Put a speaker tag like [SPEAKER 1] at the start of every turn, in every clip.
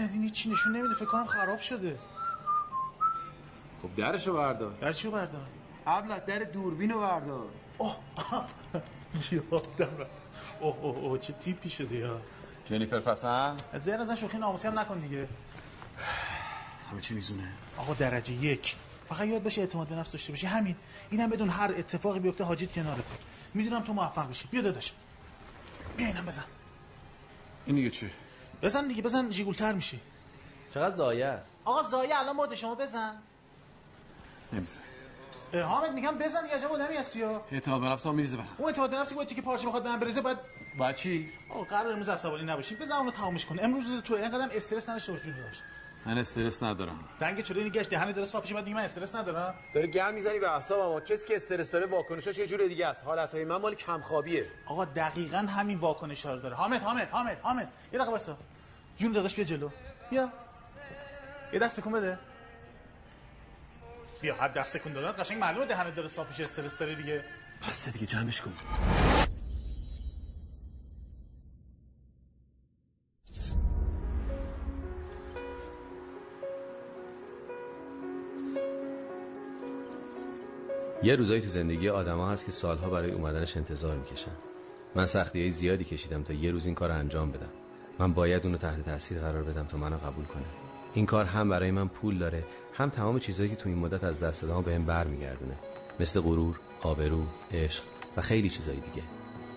[SPEAKER 1] این هیچی نشون نمیده فکر کنم خراب شده
[SPEAKER 2] خب درشو بردار
[SPEAKER 1] در چی رو بردار
[SPEAKER 2] قبلت در دوربینو بردار
[SPEAKER 1] اوه یادم رفت اوه اوه اوه چه تیپی شده یا
[SPEAKER 2] جنیفر پسن
[SPEAKER 1] از زیر ازن شوخی ناموسی هم نکن دیگه
[SPEAKER 2] همه چی میزونه
[SPEAKER 1] آقا درجه یک فقط یاد باشه اعتماد به نفس داشته باشی همین اینم بدون هر اتفاقی بیفته حاجیت کنارته میدونم تو موفق میشی بیا داداش بیا اینم بزن
[SPEAKER 2] این دیگه چی
[SPEAKER 1] بزن دیگه بزن جیگولتر میشی
[SPEAKER 3] چقدر زایه است
[SPEAKER 1] آقا زایه الان مود شما بزن
[SPEAKER 2] نمیزنه
[SPEAKER 1] اه، حامد میگم بزن یه عجب آدمی هستی یا
[SPEAKER 2] اعتماد به نفسم میریزه به هم
[SPEAKER 1] اون اعتماد به نفسی که باید تیکه پارچه میخواد به هم بریزه باید
[SPEAKER 2] بعد چی
[SPEAKER 1] آقا قرار امروز عصبانی نباشی بزن اونو تمامش کن امروز روز تو اینقدرم استرس نداشته باش جون داشت
[SPEAKER 2] من استرس ندارم
[SPEAKER 1] دنگ چوری نگاش دهنه داره صاف میشه بعد میگی من استرس ندارم
[SPEAKER 4] داره گرم میزنی به اعصابم کسی که استرس داره واکنشش یه جور دیگه است حالتهای من مال کمخوابیه
[SPEAKER 1] آقا دقیقا همین واکنش رو داره حامد حامد حامد حامد یه دقیقه وایسا جون داداش بیا جلو بیا یه دست کن بده بیا حد دست کن دادن قشنگ معلومه دهنه داره صاف میشه استرس داره دیگه
[SPEAKER 2] بس دیگه جمعش کن
[SPEAKER 3] یه روزایی تو زندگی آدما هست که سالها برای اومدنش انتظار میکشن من سختی های زیادی کشیدم تا یه روز این کار رو انجام بدم من باید اونو تحت تاثیر قرار بدم تا منو قبول کنه این کار هم برای من پول داره هم تمام چیزهایی که تو این مدت از دست دادم بهم برمیگردونه مثل غرور آبرو عشق و خیلی چیزهای دیگه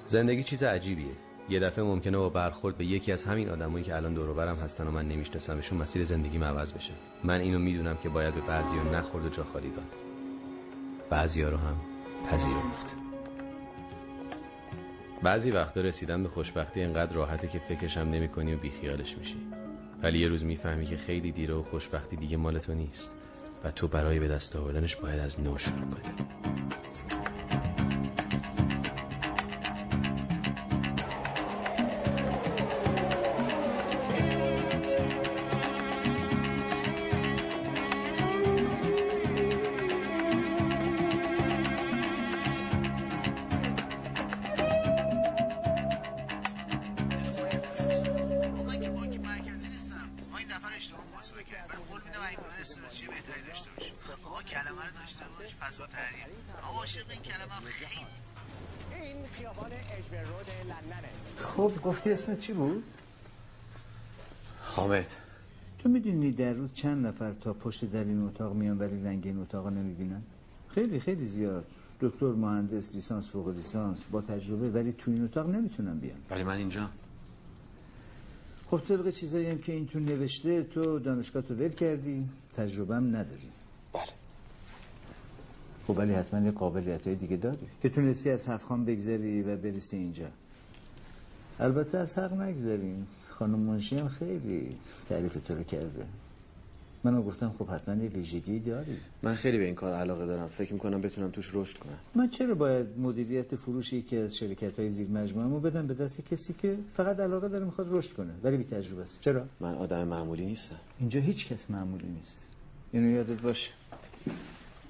[SPEAKER 3] زندگی چیز عجیبیه یه دفعه ممکنه با برخورد به یکی از همین آدمایی که الان دور و برم هستن و من نمیشناسمشون مسیر زندگیم عوض بشه من اینو میدونم که باید به بعضیا نخورد و جا خالی داد بعضیا رو هم پذیرفت بعضی وقتا رسیدن به خوشبختی انقدر راحته که فکرشم نمی کنی و بیخیالش میشی ولی یه روز میفهمی که خیلی دیره و خوشبختی دیگه مال تو نیست و تو برای به دست آوردنش باید از نو شروع کنی
[SPEAKER 5] خب گفتی اسمت چی بود؟
[SPEAKER 2] حامد
[SPEAKER 5] تو میدونی در روز چند نفر تا پشت در این اتاق میان ولی رنگ این اتاق نمیبینن؟ خیلی خیلی زیاد دکتر مهندس لیسانس فوق لیسانس با تجربه ولی تو این اتاق نمیتونن بیان
[SPEAKER 2] ولی من اینجا
[SPEAKER 5] خب طبق چیزایی هم که این تو نوشته تو دانشگاه تو ول کردی تجربه هم نداری
[SPEAKER 2] بله
[SPEAKER 5] خب ولی حتما یه قابلیت های دیگه داری که تونستی از هفخان بگذری و برسی اینجا البته از حق نگذاریم خانم منشی هم خیلی تعریف تو رو کرده منم گفتم خب حتما یه ویژگی داری
[SPEAKER 2] من خیلی به این کار علاقه دارم فکر میکنم بتونم توش رشد کنم
[SPEAKER 5] من چرا باید مدیریت فروش یکی از شرکت های زیر مجموعه رو بدم به دست کسی که فقط علاقه داره میخواد رشد کنه ولی بی تجربه است چرا
[SPEAKER 2] من آدم معمولی نیستم
[SPEAKER 5] اینجا هیچ کس معمولی نیست اینو یادت باشه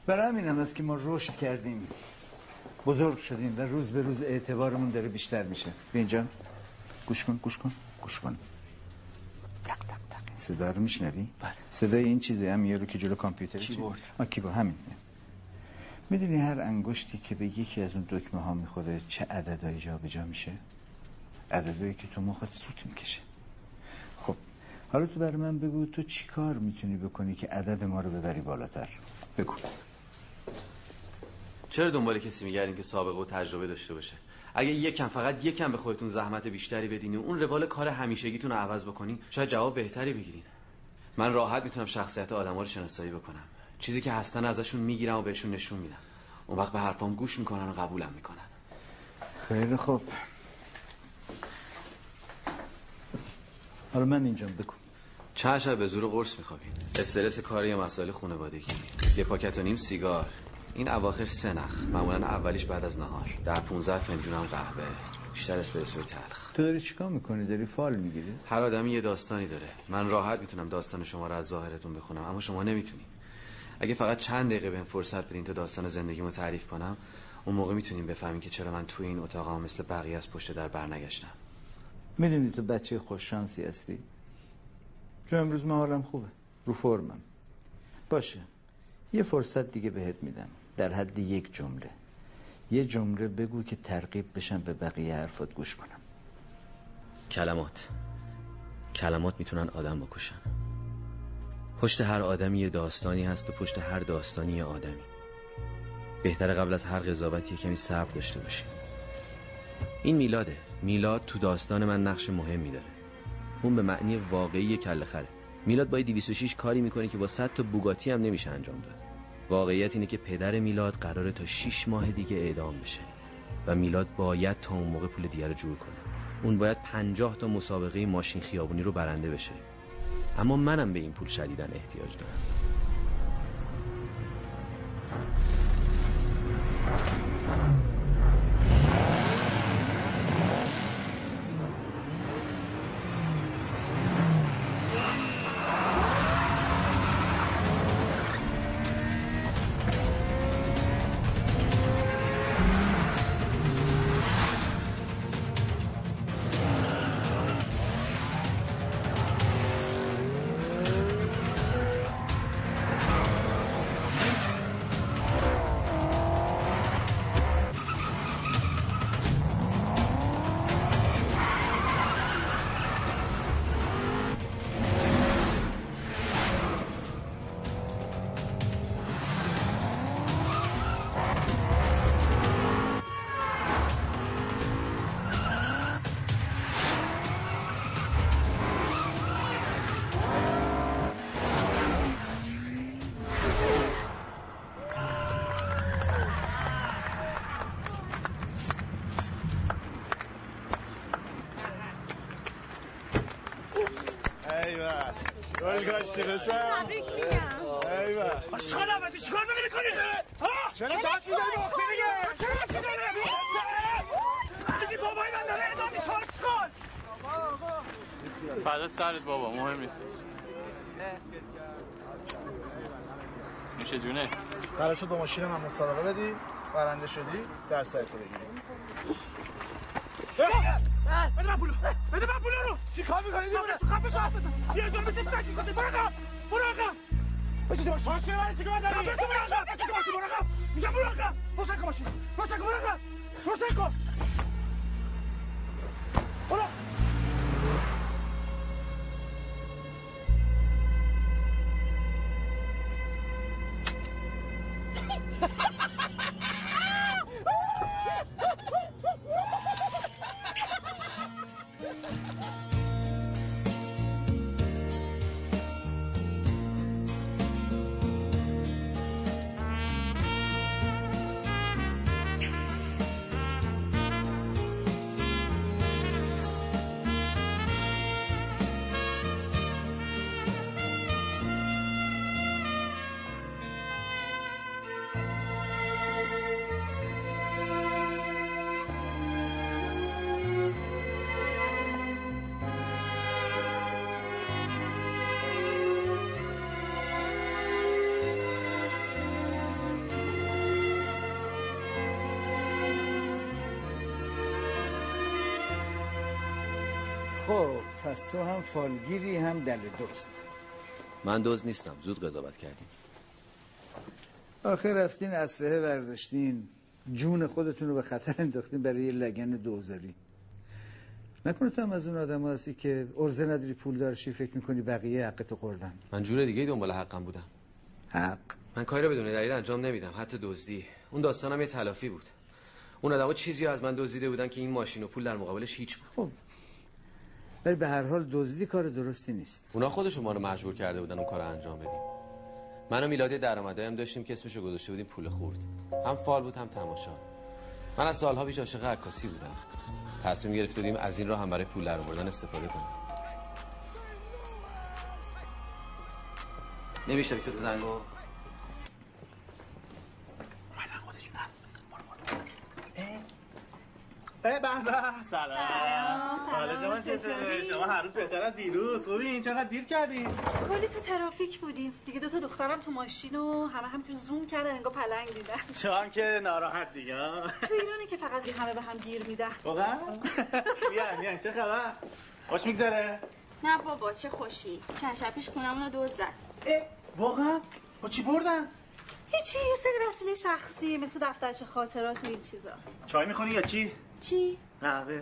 [SPEAKER 5] برای همین هم است که ما رشد کردیم بزرگ شدیم و روز به روز اعتبارمون داره بیشتر میشه به اینجا گوش کن گوش کن گوش کن تق تق تق این صدا رو میشنوی؟
[SPEAKER 2] بله.
[SPEAKER 5] صدای این چیزه هم یارو که جلو کامپیوتر
[SPEAKER 2] کیبورد.
[SPEAKER 5] کیبورد همین میدونی هر انگشتی که به یکی از اون دکمه ها میخوره چه عددهایی جابجا میشه عددهایی که تو مخت سوت میکشه خب حالا تو برای من بگو تو چی کار میتونی بکنی که عدد ما رو ببری بالاتر بگو
[SPEAKER 2] چرا دنبال کسی میگردین که سابقه و تجربه داشته باشه اگه یکم فقط یکم به خودتون زحمت بیشتری بدین و اون روال کار همیشگیتون رو عوض بکنین شاید جواب بهتری بگیرین من راحت میتونم شخصیت آدما رو شناسایی بکنم چیزی که هستن ازشون میگیرم و بهشون نشون میدم اون وقت به حرفام گوش میکنن و قبولم میکنن
[SPEAKER 5] خیلی خوب حالا من اینجام بگو
[SPEAKER 2] چند شب به زور قرص میخوابین استرس کاری یا مسائل خانوادگی یه پاکت و نیم سیگار این اواخر سه نخ معمولا اولیش بعد از نهار در 15 فنجونم قهوه بیشتر اسپرسوی تلخ
[SPEAKER 5] تو داری چیکار میکنی داری فال میگیری
[SPEAKER 2] هر آدمی یه داستانی داره من راحت میتونم داستان شما رو از ظاهرتون بخونم اما شما نمیتونین اگه فقط چند دقیقه بهم فرصت بدین تا داستان زندگیمو تعریف کنم اون موقع میتونین بفهمین که چرا من توی این اتاقم مثل بقیه از پشت در برنگشتم
[SPEAKER 5] میدونی تو بچه خوششانسی هستی چون امروز من حالم خوبه رو فرمم باشه یه فرصت دیگه بهت میدم در حد یک جمله یه جمله بگو که ترغیب بشم به بقیه حرفات گوش کنم
[SPEAKER 3] کلمات کلمات میتونن آدم بکشن پشت هر آدمی یه داستانی هست و پشت هر داستانی یه آدمی بهتر قبل از هر قضاوت یه کمی صبر داشته باشیم این میلاده میلاد تو داستان من نقش مهمی داره اون به معنی واقعی کله خره میلاد با 206 کاری میکنه که با 100 تا بوگاتی هم نمیشه انجام داد واقعیت اینه که پدر میلاد قراره تا 6 ماه دیگه اعدام بشه و میلاد باید تا اون موقع پول دیگه رو جور کنه اون باید 50 تا مسابقه ماشین خیابونی رو برنده بشه اما منم به این پول شدیدن احتیاج دارم
[SPEAKER 6] بعدا سرت بابا مهم نیست میشه جونه
[SPEAKER 1] قرار شد با ماشین من مسابقه بدی برنده شدی در سرت رو بگیری
[SPEAKER 7] بده من پولو بده من پولو رو چی کار میکنی دیوونه خفه شو خفه شو بیا اینجا مثل سگ میکشه برو آقا برو آقا بشه تو باش ماشین من چیکار داری بشه برو آقا بشه تو باش برو آقا میگم برو آقا روشن کن ماشین روشن کن برو آقا روشن کن برو
[SPEAKER 5] خب پس تو هم فالگیری هم دل دوست
[SPEAKER 3] من دوز نیستم زود قضاوت کردیم
[SPEAKER 5] آخه رفتین اسلحه برداشتین جون خودتون رو به خطر انداختین برای یه لگن دوزاری نکنه تو هم از اون آدم هستی که ارزه نداری پول دارشی فکر میکنی بقیه حقتو خوردن
[SPEAKER 3] من جور دیگه دنبال حقم بودم
[SPEAKER 5] حق
[SPEAKER 3] من کاری رو بدون دلیل انجام نمیدم حتی دزدی اون داستانم یه تلافی بود اون آدما چیزی رو از من دزدیده بودن که این ماشین و پول در مقابلش هیچ بود
[SPEAKER 5] خب ولی به هر حال دزدی کار درستی نیست
[SPEAKER 3] اونا خودشون ما رو مجبور کرده بودن اون کار رو انجام بدیم من و میلاد یه درآمدی هم داشتیم که اسمشو گذاشته بودیم پول خورد هم فال بود هم تماشا من از سالها پیش عاشق عکاسی بودم تصمیم گرفته بودیم از این راه هم برای پول در آوردن استفاده کنیم نمیشه صدا زنگو
[SPEAKER 8] اومدن خودشون هم برو برو.
[SPEAKER 1] به به به سلام حالا شما چطوره شما هر روز بهتر از دیروز خوبی چقدر دیر کردی
[SPEAKER 9] کلی تو ترافیک بودیم دیگه دو تا دخترم تو ماشین و همه همینطور زوم کردن انگار پلنگ دیدن
[SPEAKER 1] شما هم که ناراحت دیگه آه.
[SPEAKER 9] تو ایرانه که فقط
[SPEAKER 1] خب.
[SPEAKER 9] همه به هم گیر میدن
[SPEAKER 1] واقعا میان میان چه خبر خوش میگذره
[SPEAKER 10] نه بابا چه خوشی چند شب پیش خونمون رو دوز زد
[SPEAKER 8] واقعا با چی بردن
[SPEAKER 9] هیچی یه سری وسیله شخصی مثل دفترچه خاطرات و این چیزا
[SPEAKER 1] چای میخوری یا چی؟
[SPEAKER 10] چی؟
[SPEAKER 1] قهوه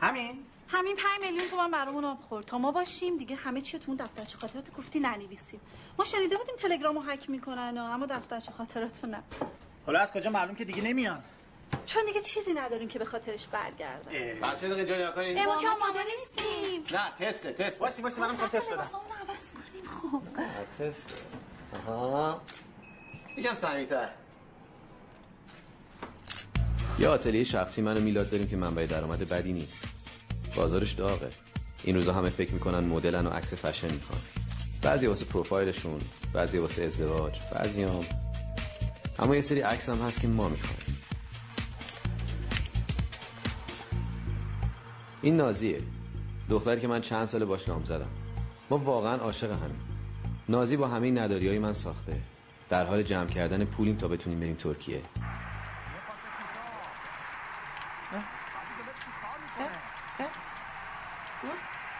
[SPEAKER 1] همین؟
[SPEAKER 9] همین 5 میلیون تومن برامون آب خورد تا ما باشیم دیگه همه چی رو تو اون دفترچه خاطرات گفتی ننویسیم ما شنیده بودیم تلگرامو هک میکنن و اما دفترچه خاطرات رو نه
[SPEAKER 1] حالا از کجا معلوم که دیگه نمیان
[SPEAKER 9] چون دیگه چیزی نداریم که به خاطرش برگردن
[SPEAKER 3] بچه دیگه اینجا نیا کنین.
[SPEAKER 9] ای، ما که آماده نیستیم
[SPEAKER 3] نه تست تست
[SPEAKER 1] واسه واسه منم میخوام تست بدم
[SPEAKER 9] لباسامون رو عوض کنیم خب
[SPEAKER 3] تست آها یکم صمیمیت‌تر یه آتلیه شخصی منو میلاد داریم که منبع درآمد بدی نیست بازارش داغه این روزا همه فکر میکنن مدلن و عکس فشن میخوان بعضی واسه پروفایلشون بعضی واسه ازدواج بعضی هم اما یه سری عکس هم هست که ما میخوایم این نازیه دختری که من چند سال باش نام زدم ما واقعا عاشق همین نازی با همه نداری من ساخته در حال جمع کردن پولیم تا بتونیم بریم ترکیه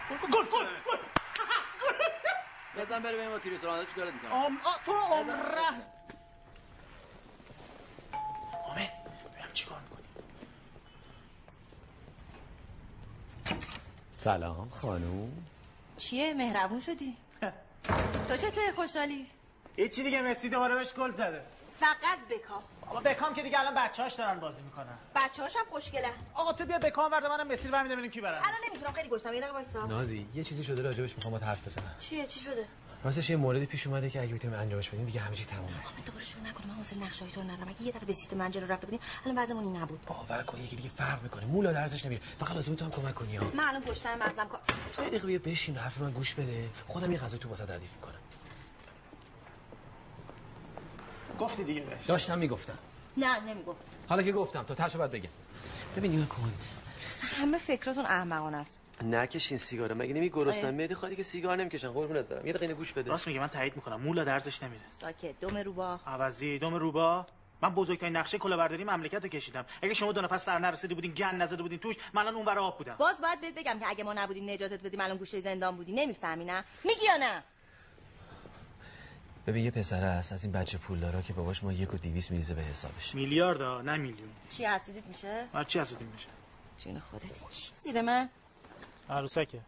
[SPEAKER 8] گل گل گل
[SPEAKER 2] بزن بره بریم با کریس رونالدو چیکارت میکنه
[SPEAKER 8] آم... آ، تو رو عمره آمه ببینم چیکار میکنی
[SPEAKER 11] سلام خانوم
[SPEAKER 12] چیه مهربون شدی تو چته خوشحالی
[SPEAKER 1] هیچی دیگه مسی دوباره بهش گل زده
[SPEAKER 12] فقط بکا
[SPEAKER 1] آقا بکام که دیگه الان بچه‌هاش دارن بازی میکنن
[SPEAKER 12] بچه هاشم خوشگلن
[SPEAKER 1] آقا تو بیا بکام ورده منم مسی رو برمی‌دارم ببینیم کی برنده
[SPEAKER 12] الان نمیتونم خیلی گشتم یه دقیقه وایسا
[SPEAKER 13] نازی یه چیزی شده راجبش میخوام باهات حرف بزنم
[SPEAKER 12] چیه چی شده
[SPEAKER 13] راستش یه موردی پیش اومده که اگه بتونیم انجامش بدیم دیگه همه چی تمومه
[SPEAKER 12] من دوباره شروع نکنم من حوصله نقشه‌های تو رو ندارم اگه یه دفعه به سیستم من جلو رفته بودیم الان وضعمون این نبود
[SPEAKER 13] باور کن یکی دیگه فرق میکنه مولا درزش نمیره فقط لازمه تو هم کمک کنی ها
[SPEAKER 12] من الان پشتم مغزم کار
[SPEAKER 13] تو یه دقیقه بیا بشین حرف من گوش بده خودم یه غذای تو واسه ردیف میکنم
[SPEAKER 1] گفتی دیگه بهش
[SPEAKER 13] داشتم میگفتم
[SPEAKER 12] نه نمیگفت
[SPEAKER 13] حالا که گفتم تا تاشو بعد بگم ببین نگاه کن
[SPEAKER 12] اصلا همه فکراتون احمقانه است
[SPEAKER 3] نکشین سیگاره مگه نمی
[SPEAKER 12] آره.
[SPEAKER 3] گرسنم معده خالی که سیگار نمیکشن قربونت برم یه دقیقه اینو گوش بده
[SPEAKER 1] راست میگه من تایید میکنم مولا درزش نمیره
[SPEAKER 12] ساکت دم روبا
[SPEAKER 1] عوضی دوم روبا من بزرگترین نقشه کلاهبرداری مملکت رو کشیدم اگه شما دو نفر سر نرسیده بودین گن نزده بودین توش من الان اونور آب بودم
[SPEAKER 12] باز باید بهت بگم که اگه ما نبودیم نجاتت بدیم الان گوشه زندان بودی نمیفهمی نه میگی یا نه
[SPEAKER 13] ببین یه پسر هست از این بچه پولدارا که باباش ما یک و دیویس میریزه به حسابش
[SPEAKER 1] میلیارد ها، نه میلیون
[SPEAKER 12] چی حسودیت میشه
[SPEAKER 1] هر چی حسودی میشه
[SPEAKER 12] جون خودت این چی زیر من
[SPEAKER 1] عروسکه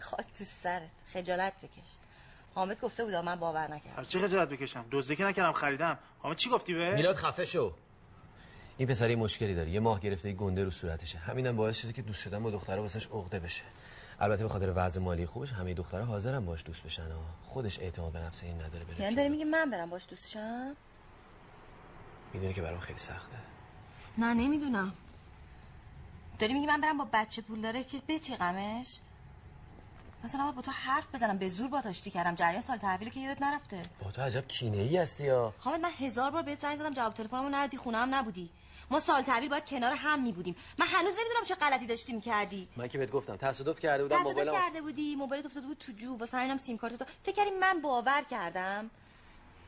[SPEAKER 12] خاک تو سرت خجالت بکش حامد گفته بود من باور نکردم
[SPEAKER 1] هر چی خجالت بکشم دزدی که نکردم خریدم حامد چی گفتی بهش
[SPEAKER 13] میلاد خفه شو این پسر یه مشکلی داره یه ماه گرفته یه گنده رو صورتشه همینم باعث شده که دوست شدن با دختره واسش عقده بشه البته به خاطر وضع مالی خوبش همه دخترها حاضرن باش دوست بشن ها خودش اعتماد به نفس این نداره بره
[SPEAKER 12] یعنی داره میگه من برم باش دوستشم
[SPEAKER 13] میدونی که برام خیلی سخته
[SPEAKER 12] نه نمیدونم داری میگی من برم با بچه پول داره که بتیقمش مثلا باید با تو حرف بزنم به زور با آشتی کردم جریان سال تحویلی که یادت نرفته
[SPEAKER 13] با تو عجب کینه ای هستی یا
[SPEAKER 12] حامد من هزار بار بهت زنگ زدم جواب تلفنمو ندادی خونه هم نبودی ما سال تحویل باید کنار هم می بودیم من هنوز نمیدونم چه غلطی داشتی میکردی
[SPEAKER 13] من که بهت گفتم تصادف کرده بودم
[SPEAKER 12] تصادف
[SPEAKER 13] موبایلم
[SPEAKER 12] کرده بودی موبایلت افتاده بود تو جو واسه همینم سیم کارت تو فکر کردی من باور کردم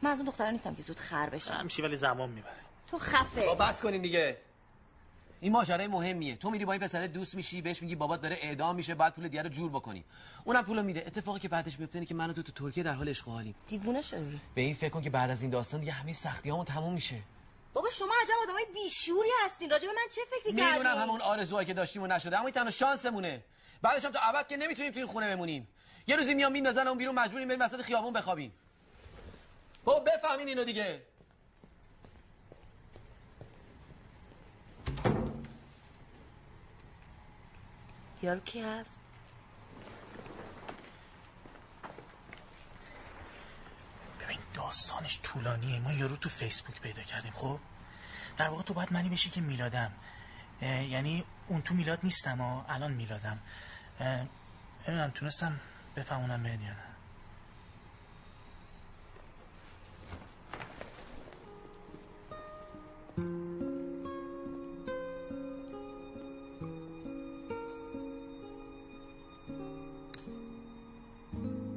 [SPEAKER 12] من از اون دخترا نیستم که زود خر بشم
[SPEAKER 1] همشی ولی زمان میبره
[SPEAKER 12] تو خفه
[SPEAKER 2] با خب، بس کنین دیگه این ماجرای مهمیه تو میری با این پسر دوست میشی بهش میگی بابات داره اعدام میشه بعد پول دیگه رو جور بکنی اونم پولو میده اتفاقی که بعدش میفته اینه که من و تو تو ترکیه در حال عشق و حالیم
[SPEAKER 12] دیوونه شدی
[SPEAKER 2] به این فکر کن که بعد از این داستان دیگه همه سختیامون تموم میشه
[SPEAKER 12] بابا شما عجب آدمای بیشوری هستین راجع به من چه فکری کردین
[SPEAKER 2] میدونم همون آرزوهایی که داشتیم و نشده اما این تنها شانسمونه بعدش هم تا ابد که نمیتونیم تو این خونه بمونیم یه روزی میام میندازن اون بیرون مجبوریم بریم وسط خیابون بخوابیم بابا بفهمین اینو دیگه
[SPEAKER 12] یارو کی هست
[SPEAKER 8] ببین داستانش طولانیه ما یارو تو فیسبوک پیدا کردیم خب در واقع تو باید منی بشی که میلادم اه، یعنی اون تو میلاد نیستم و الان میلادم اه، نمیدونم تونستم بفهمونم بهت یا نه
[SPEAKER 12] سلام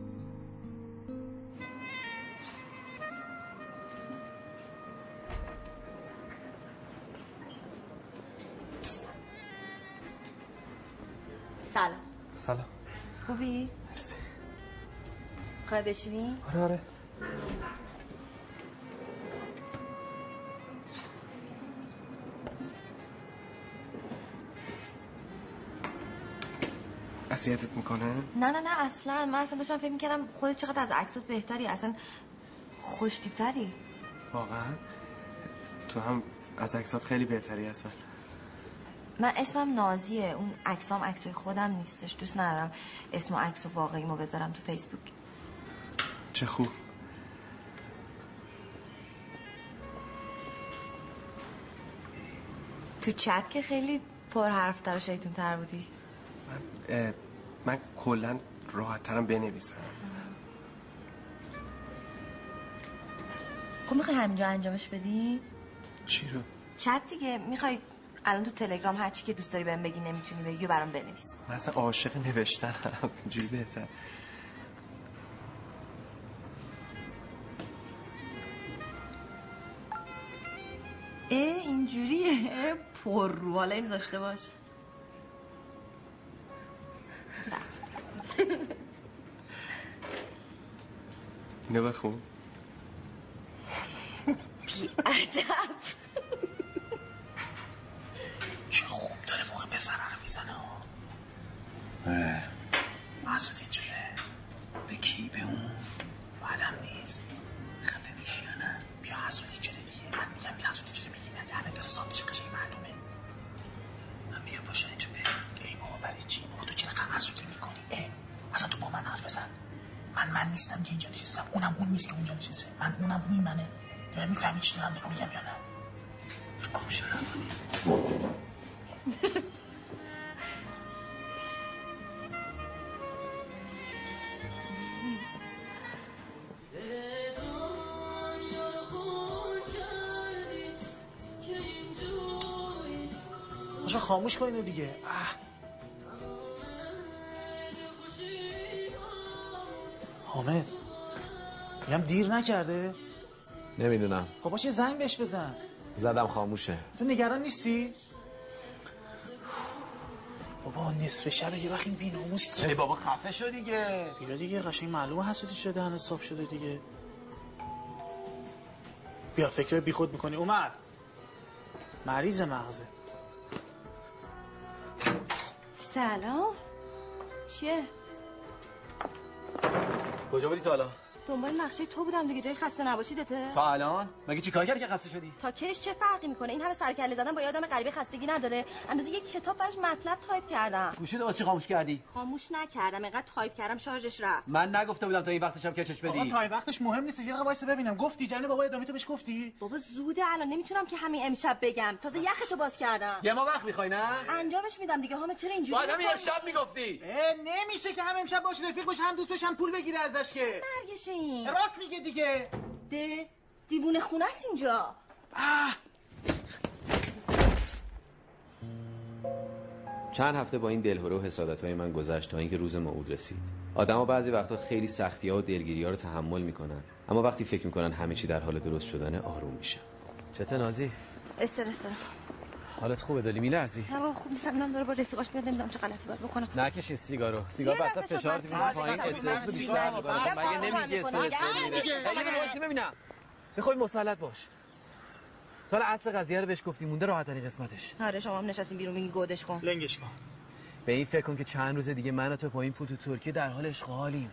[SPEAKER 13] سلام
[SPEAKER 12] خوبی؟
[SPEAKER 14] مرسی
[SPEAKER 12] خواهی بشینی؟
[SPEAKER 14] آره آره
[SPEAKER 15] اذیتت میکنه
[SPEAKER 12] نه نه نه اصلا من اصلا داشتم فکر میکردم خودت چقدر از عکسات بهتری اصلا خوشتیبتری
[SPEAKER 15] واقعا تو هم از عکسات خیلی بهتری هستن
[SPEAKER 12] من اسمم نازیه اون عکسام عکسای خودم نیستش دوست ندارم اسم و عکس و واقعیمو بذارم تو فیسبوک
[SPEAKER 15] چه خوب
[SPEAKER 12] تو چت که خیلی پر حرف تر و شیطون تر بودی
[SPEAKER 15] اه، من کلا راحت ترم بنویسم
[SPEAKER 12] خب میخوای همینجا انجامش بدی؟
[SPEAKER 15] چی رو
[SPEAKER 12] چت دیگه میخوای الان تو تلگرام هر چی که دوست داری بهم بگی نمیتونی بگی و برام بنویس
[SPEAKER 15] من اصلا عاشق نوشتنم اینجوری بهتر
[SPEAKER 12] اه اینجوریه اه، پر رو حالا اینو داشته باش
[SPEAKER 15] اینو بخون
[SPEAKER 12] بیادب
[SPEAKER 1] چه خوب داره موقع بزنن میزنه ها محسود اینجوره به کی به اون بعدم نیست خفه میشی یا نه بیا حسود اینجوره دیگه من میگم بیا حسود اینجوره میگی نه دهنه داره صاف میشه قشنگ معلومه من میگم باشه اینجا بریم ای بابا برای چی بابا تو چرا غم حسودی میکنی ای اصلا تو با من حرف بزن من من نیستم که اینجا نشستم اونم اون نیست که اونجا نشسته من اونم اون منه من میفهمی چی دارم بهت میگم یا نه
[SPEAKER 7] خب
[SPEAKER 1] گم شو نکنی. باشه خاموش کن اینو دیگه اه. حامد میگم دیر نکرده
[SPEAKER 2] نمیدونم
[SPEAKER 1] خب باشه یه زنگ بهش بزن
[SPEAKER 2] زدم خاموشه
[SPEAKER 1] تو نگران نیستی بابا نصف شب یه وقت این بی‌ناموس
[SPEAKER 7] یعنی
[SPEAKER 2] ولی بابا خفه شو دیگه
[SPEAKER 1] بیا دیگه قشنگ معلومه حسودی شده هنوز صاف شده دیگه بیا فکر بیخود میکنی اومد مریض مغزه
[SPEAKER 16] سلام چیه
[SPEAKER 17] کجا بودی تا حالا
[SPEAKER 12] دنبال نقشه تو بودم دیگه جای خسته نباشی دته
[SPEAKER 17] تا الان مگه چیکار کردی که خسته شدی
[SPEAKER 12] تا کش چه فرقی میکنه این همه سرکله زدن با یه آدم غریبه خستگی نداره اندازه یه کتاب براش مطلب تایپ کردم
[SPEAKER 17] گوشی واسه چی خاموش کردی
[SPEAKER 12] خاموش نکردم انقدر تایپ کردم شارژش رفت
[SPEAKER 17] من نگفته بودم تا این وقت شب کچش
[SPEAKER 1] آقا
[SPEAKER 17] بدی
[SPEAKER 1] تا این وقتش مهم نیست یه دقیقه وایسا ببینم گفتی جنه بابا ادامه تو بهش گفتی
[SPEAKER 12] بابا زوده الان نمیتونم که همین امشب بگم تازه یخشو باز کردم
[SPEAKER 17] یه ما وقت میخوای نه
[SPEAKER 12] انجامش میدم دیگه حامد چرا اینجوری
[SPEAKER 17] باید همین
[SPEAKER 12] می‌کنی؟
[SPEAKER 17] امشب میگفتی
[SPEAKER 1] نمیشه که هم امشب باش رفیق باشه هم دوست باشه هم پول بگیره ازش که
[SPEAKER 12] مرگشه این
[SPEAKER 1] راست میگه دیگه
[SPEAKER 12] ده دیوونه خونه است اینجا
[SPEAKER 3] چند هفته با این دلهوره و حسادت های من گذشت تا اینکه روز موعود رسید آدما بعضی وقتا خیلی سختی ها و دلگیری ها رو تحمل میکنن اما وقتی فکر میکنن همه چی در حال درست شدنه آروم میشن
[SPEAKER 2] چته نازی
[SPEAKER 12] استر استر
[SPEAKER 2] حالت خوبه داری میلرزی
[SPEAKER 12] نه بابا خوب نیستم اینم داره با رفیقاش میاد نمیدونم چه غلطی باید بکنم
[SPEAKER 2] نکشین سیگارو سیگار
[SPEAKER 12] یه
[SPEAKER 2] وسط
[SPEAKER 12] دفعه شد
[SPEAKER 2] فشار
[SPEAKER 12] بس.
[SPEAKER 2] می‌ده پایین
[SPEAKER 12] بس. بس.
[SPEAKER 2] استرس
[SPEAKER 12] بس.
[SPEAKER 2] بیشتر
[SPEAKER 12] بس.
[SPEAKER 2] می‌کنه.
[SPEAKER 12] بس. بس.
[SPEAKER 2] مگه نمیگی
[SPEAKER 12] بس.
[SPEAKER 2] استرس
[SPEAKER 12] بس.
[SPEAKER 2] نمی‌ده؟
[SPEAKER 12] دیگه.
[SPEAKER 2] یه دقیقه وایسی ببینم میخوای مسلط باش تا حالا اصل قضیه رو بهش گفتی مونده راحت ترین قسمتش
[SPEAKER 12] آره شما هم نشستین بیرون میگی گودش کن
[SPEAKER 1] لنگش کن
[SPEAKER 2] به این فکر کن که چند روز دیگه من و تو با این پول تو ترکیه در حال اشغالیم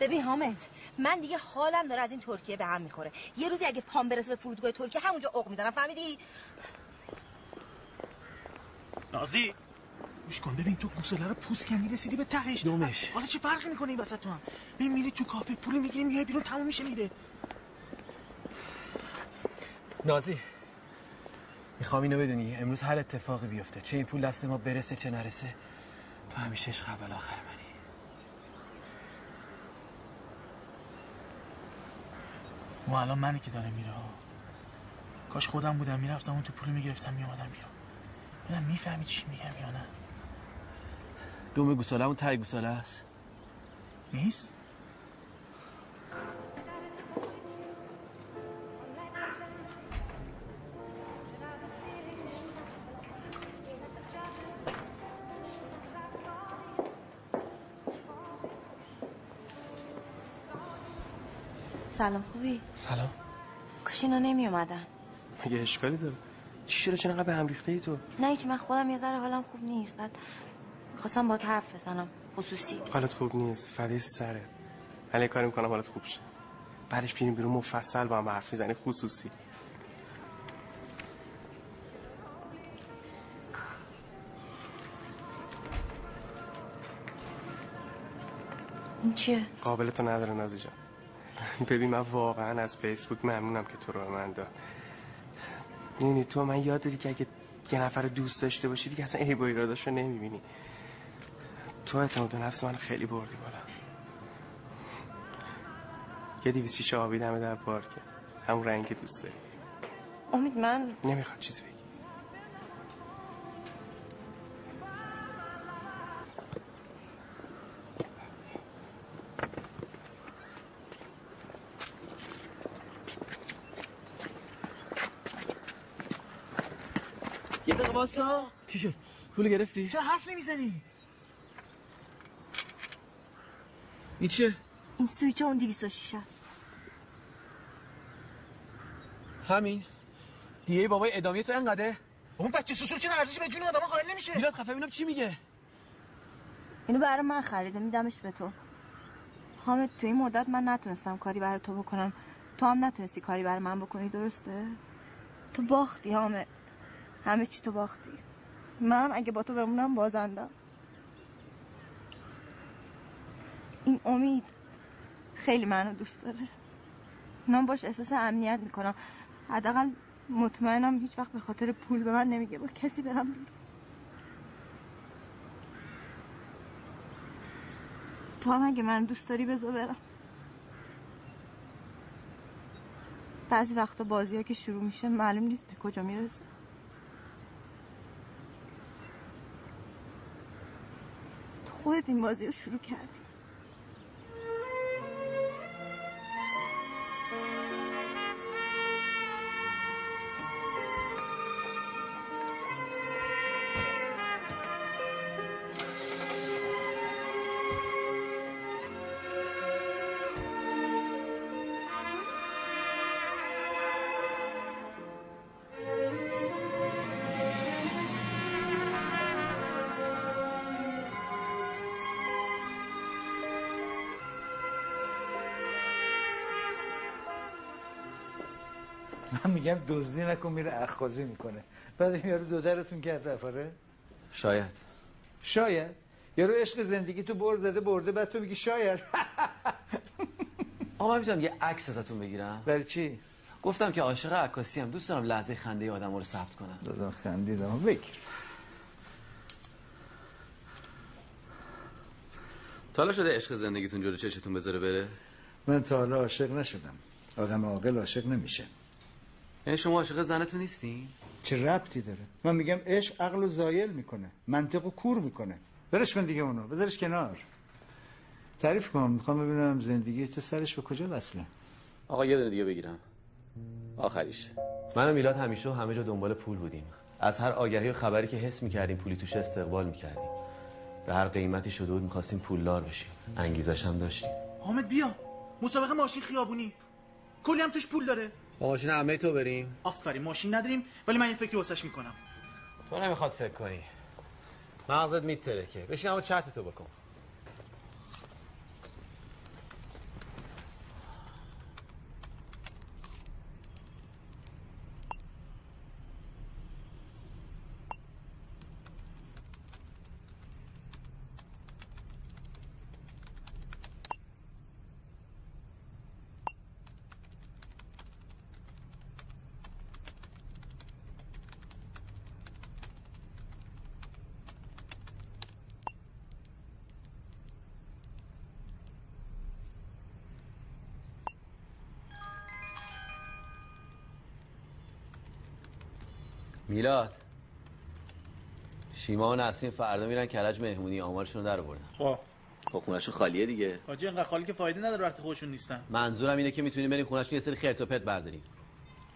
[SPEAKER 12] ببین حامد من دیگه حالم داره از این ترکیه به هم میخوره یه روزی اگه پام برسه به فرودگاه ترکیه همونجا اوق میزنم فهمیدی
[SPEAKER 1] نازی گوش کن ببین تو گوساله رو پوست کندی رسیدی به تهش
[SPEAKER 2] دومش.
[SPEAKER 1] حالا چه فرقی میکنه این وسط تو هم ببین میری تو کافه پول میگیری میای بیرون تموم میشه میره
[SPEAKER 2] نازی میخوام اینو بدونی امروز هر اتفاقی بیفته چه این پول دست ما برسه چه نرسه تو همیشه عشق اول آخر منی
[SPEAKER 1] اون الان منی که داره میره ها. کاش خودم بودم میرفتم اون تو پول میگرفتم میومدم بیرون بدم میفهمی چی میگم یا نه
[SPEAKER 2] دوم گوساله اون تای گوساله است
[SPEAKER 1] نیست
[SPEAKER 12] سلام خوبی
[SPEAKER 15] سلام
[SPEAKER 12] کاش اینا نمی اومدن
[SPEAKER 15] مگه اشکالی داره چی شده چرا انقدر به هم ریخته ای تو
[SPEAKER 12] نه هیچ من خودم یه ذره حالم خوب نیست بعد خواستم با حرف بزنم خصوصی
[SPEAKER 1] خب.
[SPEAKER 15] حالت خوب نیست فدای سره من یه کاری میکنم حالت خوب شه بعدش بیریم بیرون مفصل با هم حرف میزنیم خصوصی
[SPEAKER 12] این چیه
[SPEAKER 15] قابل تو نداره نازی جان ببین من واقعا از فیسبوک ممنونم که تو رو به من داد یعنی تو من یاد دادی که اگه یه نفر رو دوست داشته باشی دیگه اصلا عیب و ایراداش رو نمیبینی تو اعتماد به نفس من خیلی بردی بالا یه دیویز شیشه آبی دمه در پارکه همون رنگ که دوست داری
[SPEAKER 12] امید من
[SPEAKER 15] نمیخواد چیزی بگی
[SPEAKER 2] یه دقیقه واسا
[SPEAKER 3] چی شد پول گرفتی
[SPEAKER 1] چرا حرف نمیزنی
[SPEAKER 3] این چیه
[SPEAKER 12] این سویچ اون 206 است
[SPEAKER 2] همین دیگه بابای ادامه تو انقدره
[SPEAKER 1] اون بچه سوسول چرا ارزش به جون آدم قائل نمیشه
[SPEAKER 2] میلاد خفه ببینم چی میگه
[SPEAKER 12] اینو برای من خریده میدمش به تو حامد تو این مدت من نتونستم کاری برای تو بکنم تو هم نتونستی کاری برای من بکنی درسته تو باختی حامد همه چی تو باختی منم اگه با تو بمونم بازندم این امید خیلی منو دوست داره من باش احساس امنیت میکنم حداقل مطمئنم هیچ وقت به خاطر پول به من نمیگه با کسی برم بیرون تو هم اگه من دوست داری بذار برم بعضی وقتا بازی ها که شروع میشه معلوم نیست به کجا میرسه تو خودت این بازی رو شروع کردی
[SPEAKER 5] من میگم دزدی نکن میره اخخازی میکنه بعد این یارو دو درتون کرد رفاره
[SPEAKER 3] شاید
[SPEAKER 5] شاید یارو عشق زندگی تو بر زده برده بعد تو میگی شاید
[SPEAKER 3] آقا من میتونم یه عکس ازتون بگیرم
[SPEAKER 5] برای چی
[SPEAKER 3] گفتم که عاشق عکاسی هم دوست دارم لحظه خنده آدم رو ثبت کنم
[SPEAKER 5] لازم خندیدم بگیر
[SPEAKER 3] تا حالا شده عشق زندگیتون جلو چشتون بذاره بره
[SPEAKER 5] من تا حالا عاشق نشدم آدم عاقل عاشق نمیشه
[SPEAKER 3] یعنی شما عاشق زنتون نیستین
[SPEAKER 5] چه ربطی داره من میگم عشق عقل و زایل میکنه منطق و کور میکنه برش کن دیگه اونو بذارش کنار تعریف کن میخوام ببینم زندگی تو سرش به کجا وصله
[SPEAKER 3] آقا یه دونه دیگه بگیرم آخریش من و میلاد همیشه و همه جا دنبال پول بودیم از هر آگهی و خبری که حس میکردیم پولی توش استقبال میکردیم به هر قیمتی شده بود میخواستیم پولدار بشیم انگیزش هم داشتیم
[SPEAKER 1] حامد بیا مسابقه ماشین خیابونی کلی هم توش پول داره
[SPEAKER 3] با ماشین عمه تو بریم
[SPEAKER 1] آفرین ماشین نداریم ولی من یه فکری واسش میکنم
[SPEAKER 3] تو نمیخواد فکر کنی مغزت میترکه بشین اما چت تو بکن میلاد شیما و نسرین فردا میرن کرج مهمونی آمارشون رو در آوردن
[SPEAKER 1] خب
[SPEAKER 3] خب خونه‌شون خالیه دیگه
[SPEAKER 1] حاجی اینقدر خالی که فایده نداره وقتی خودشون نیستن
[SPEAKER 3] منظورم اینه که میتونیم بریم خونه‌شون یه سری خرت و پرت برداریم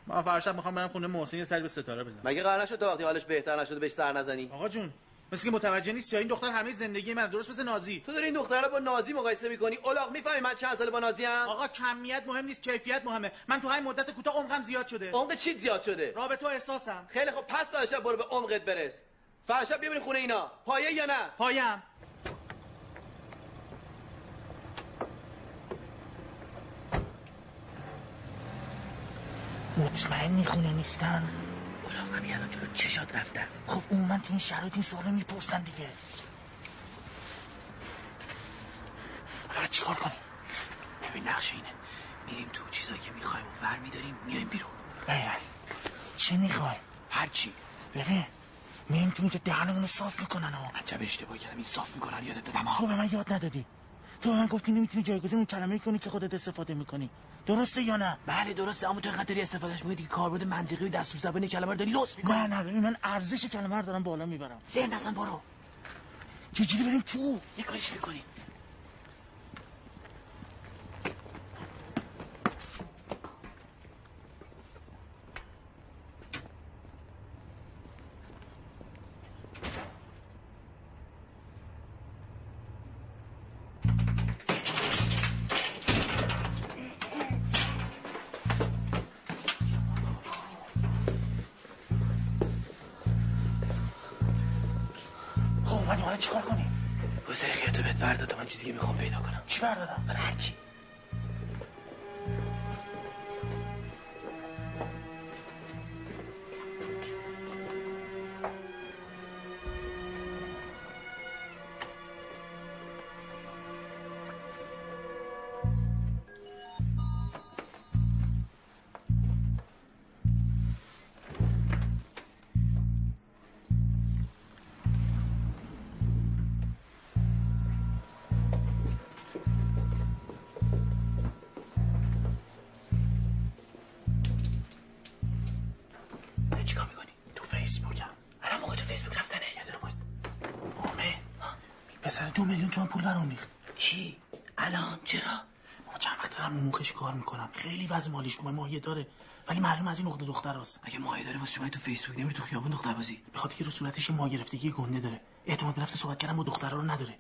[SPEAKER 1] من فرشب میخوام برم خونه محسن یه سری به ستاره بزنم
[SPEAKER 3] مگه قرار نشد تا وقتی حالش بهتر نشده بهش سر نزنی
[SPEAKER 1] آقا جون مثل که متوجه نیستی یا این دختر همه زندگی من درست مثل نازی
[SPEAKER 18] تو داری این دختر رو با نازی مقایسه میکنی الاغ میفهمی من چند ساله با نازی ام
[SPEAKER 1] آقا کمیت مهم نیست کیفیت مهمه من تو همین مدت کوتاه عمقم زیاد شده
[SPEAKER 18] عمق چی زیاد شده
[SPEAKER 1] رابطه و احساسم
[SPEAKER 18] خیلی خب پس فردا شب برو به عمقت برس فردا شب بیا بریم خونه اینا پایه یا نه
[SPEAKER 1] پایم
[SPEAKER 7] مطمئنی خونه نیستن
[SPEAKER 8] اولاغ همین الان جلو چشات رفتن
[SPEAKER 7] خب اون من تو این شرایط این سوالو میپرسم دیگه
[SPEAKER 8] حالا باید چیکار کنیم ببین نقشه اینه میریم تو چیزایی که میخوایم و ور میداریم میایم بیرون
[SPEAKER 7] ایول چی میخوای
[SPEAKER 8] هرچی
[SPEAKER 7] ببین میریم تو اینجا دهنمون رو صاف میکنن ها
[SPEAKER 8] عجب اشتباهی کردم این صاف میکنن یادت دادم ها
[SPEAKER 7] تو خب به من یاد ندادی تو به من گفتی نمیتونی جایگزین اون کلمه کنی که خودت استفاده میکنی درسته یا نه
[SPEAKER 8] بله درسته اما تو اینقدر داری استفادهش میکنی که کاربرد منطقی و دستور زبانی کلمه رو داری لوس میکنی
[SPEAKER 7] نه نه ببین من ارزش کلمه رو دارم بالا میبرم
[SPEAKER 8] زر نزن برو
[SPEAKER 7] چجوری بریم تو
[SPEAKER 8] یه کاریش میکنیم
[SPEAKER 7] خب اومدی حالا چیکار کنیم
[SPEAKER 8] حوصله خیاطو بهت ورداد من چیزی که میخوام پیدا کنم
[SPEAKER 7] چی بردارم
[SPEAKER 8] من هرچی داری چیکار میکنی
[SPEAKER 7] تو فیسبوکم
[SPEAKER 8] الان موقع تو فیسبوک رفتنه یه دقیقه بود.
[SPEAKER 7] آمه پسر دو میلیون تومن پول برام ریخت
[SPEAKER 8] چی الان چرا
[SPEAKER 7] بابا چند وقت دارم موقعش کار میکنم خیلی وضع مالیش خوبه ماهیه داره ولی معلوم از این نقطه دختراست
[SPEAKER 8] مگه ماهی داره واسه شما تو فیسبوک نمیری تو خیابون دختر بازی
[SPEAKER 7] بخاطر که رو صورتش یه ماه گرفتگی گنده داره اعتماد به نفس صحبت کردن با دخترها رو نداره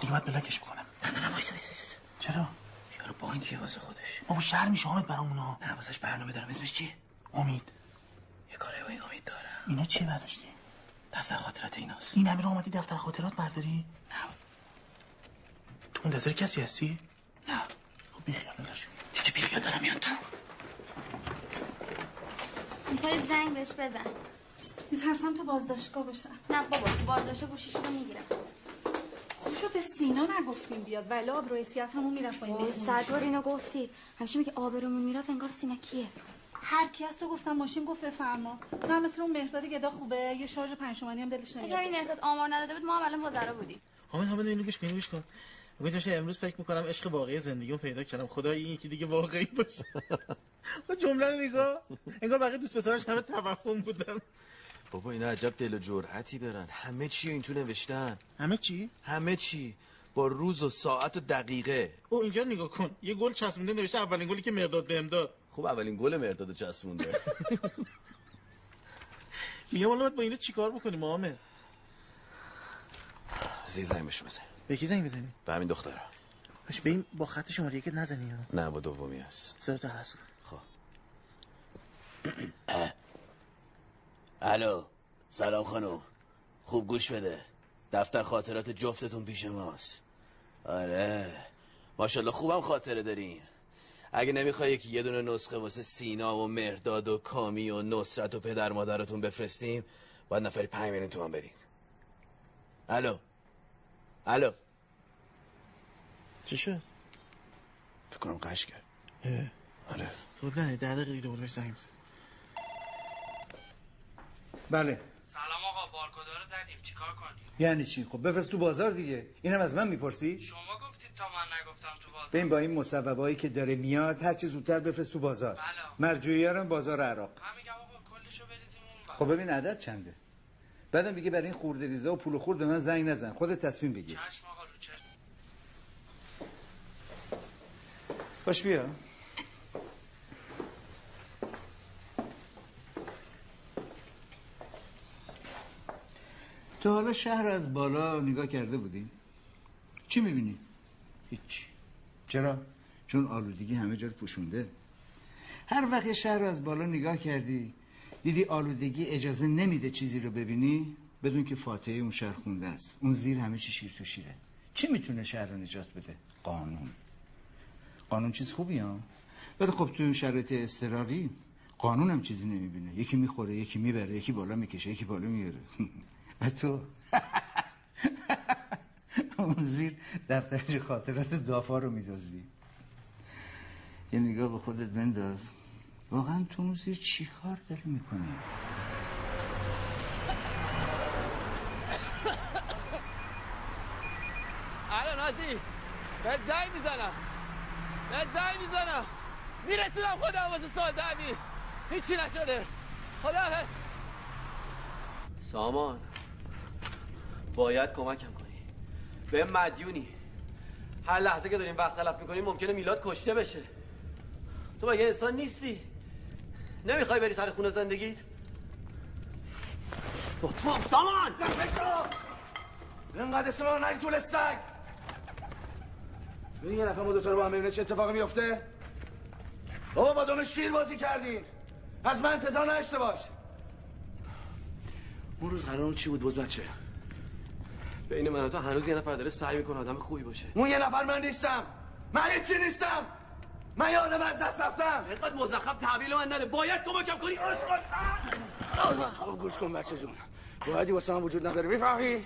[SPEAKER 7] دیگه باید بلاکش بکنم
[SPEAKER 8] نه نه نه وایسا وایسا وایسا
[SPEAKER 7] چرا
[SPEAKER 8] یارو بانکیه واسه خودش
[SPEAKER 7] بابا شهر میشه حامد برام اونا
[SPEAKER 8] نه واسش برنامه دارم اسمش چیه
[SPEAKER 7] امید
[SPEAKER 8] یه کاری با این امید دارم
[SPEAKER 7] اینا چی برداشتی
[SPEAKER 8] دفتر خاطرات ایناست
[SPEAKER 7] این همه رو آمدی دفتر خاطرات برداری
[SPEAKER 8] نه
[SPEAKER 7] تو منتظر کسی هستی
[SPEAKER 8] نه
[SPEAKER 7] خب بیخیال نشو
[SPEAKER 8] دیگه بیخیال دارم میان تو
[SPEAKER 19] میخوای زنگ بهش بزن
[SPEAKER 9] میترسم تو بازداشتگاه بشم
[SPEAKER 19] نه بابا تو بازداشته گوشیشو رو میگیرم
[SPEAKER 9] خوشو به سینا نگفتیم بیاد ولی آبروی سیاتمون میرفت با این
[SPEAKER 19] وای،
[SPEAKER 9] مهمونش.
[SPEAKER 19] صد بار اینو گفتی همیشه میگه آبرومون میرفت انگار سینا کیه
[SPEAKER 9] هر کی از تو گفتم ماشین گفت بفرما نه مثل اون مهرداد گدا خوبه یه شارژ پنج تومانی هم دلش
[SPEAKER 19] اگر
[SPEAKER 9] نمیاد
[SPEAKER 19] این مهرداد آمار نداده بود ما هم الان وزرا بودیم
[SPEAKER 1] حامد حامد اینو گوش کن اینو گوش کن گوش امروز فکر میکنم عشق واقعی زندگیمو پیدا کردم خدا این یکی دیگه واقعی باشه و جمله رو نگاه انگار بقیه دوست پسراش همه توهم بودن
[SPEAKER 20] بابا اینا عجب دل و جرأتی دارن همه چی رو این تو نوشتن
[SPEAKER 1] همه چی
[SPEAKER 20] همه چی با روز و ساعت و دقیقه
[SPEAKER 1] او اینجا نگاه کن یه گل چسبونده نوشته اولین گلی که مرداد بهم داد
[SPEAKER 20] خوب اولین گل مرداد چسبونده
[SPEAKER 1] میگم حالا باید با اینا چیکار بکنیم آمه
[SPEAKER 20] زی زنگش بزن
[SPEAKER 1] به کی زنگ بزنی
[SPEAKER 20] به همین دختره
[SPEAKER 1] باش به این با خط شماره یکت نزنی ها
[SPEAKER 20] نه با دومی هست
[SPEAKER 1] سر تو عوض کن.
[SPEAKER 20] خب
[SPEAKER 2] الو سلام خانم خوب گوش بده دفتر خاطرات جفتتون پیش ماست آره ماشاءالله خوبم خاطره دارین اگه نمیخوای یکی یه دونه نسخه واسه سینا و مهرداد و کامی و نصرت و پدر مادرتون بفرستیم باید نفری پنج میلیون تومن برین الو الو
[SPEAKER 1] چی شد
[SPEAKER 2] فکر کنم قش کرد
[SPEAKER 1] اه.
[SPEAKER 2] آره
[SPEAKER 1] خب نه ده دقیقه دیگه دوباره بهش زنگ بزن
[SPEAKER 5] بله
[SPEAKER 21] سلام آقا بارکدا رو زدیم چیکار کنیم
[SPEAKER 5] یعنی چی خب بفرست تو بازار دیگه اینم از من میپرسی
[SPEAKER 21] شما گفتید تا من نگفتم تو بازار
[SPEAKER 5] ببین با این مصوبایی که داره میاد هر چه زودتر بفرست تو
[SPEAKER 21] بله.
[SPEAKER 5] بازار مرجویارم بازار عراق
[SPEAKER 21] من میگم آقا کلشو بریزیم اون بر
[SPEAKER 5] خب ببین عدد چنده بعدم میگه برای این خورده ریزه و پول و خورد به من زنگ نزن خودت تصمیم بگیر
[SPEAKER 21] چشم آقا رو چشم
[SPEAKER 5] باش بیا تا حالا شهر رو از بالا نگاه کرده بودیم چی میبینی؟ هیچ چرا؟ چون آلودگی همه جا رو پوشونده هر وقت یه شهر رو از بالا نگاه کردی دیدی آلودگی اجازه نمیده چیزی رو ببینی بدون که فاتحه اون شهر خونده است اون زیر همه چی شیر تو شیره چی میتونه شهر رو نجات بده؟ قانون قانون چیز خوبی ها ولی خب تو این شرایط اضطراری قانون هم چیزی نمیبینه یکی میخوره یکی میبره یکی بالا میکشه یکی بالا میاره و تو اون زیر دفترچه خاطرات دافا رو میدازدی یه نگاه به خودت بنداز واقعا تو اون زیر چی کار داری میکنی
[SPEAKER 2] الان نازی بهت زنگ میزنم بهت زنگ میزنم میرسونم خودم واسه سال دمی هیچی نشده خدا سامان باید کمکم کنی به مدیونی هر لحظه که داریم وقت تلف میکنیم ممکنه میلاد کشته بشه تو مگه انسان نیستی نمیخوای بری سر خونه زندگیت با تو هم سامان
[SPEAKER 7] انقدر اسم رو نگی طول سگ ببین یه نفر ما دوتا رو با هم ببینه چه اتفاقی میفته بابا با دم شیر بازی کردین پس من انتظار نداشته باش
[SPEAKER 21] اون روز قرارمون چی بود بز بچه
[SPEAKER 22] بین من و تو هنوز یه نفر داره سعی میکنه آدم خوبی باشه
[SPEAKER 7] اون یه نفر من نیستم من هیچی نیستم من یه آدم از دست رفتم
[SPEAKER 2] اینقدر مزخرف تحویل من نده باید کمکم کنی آشقال
[SPEAKER 21] آقا گوش کن بچه جون باید واسه من وجود نداره میفهمی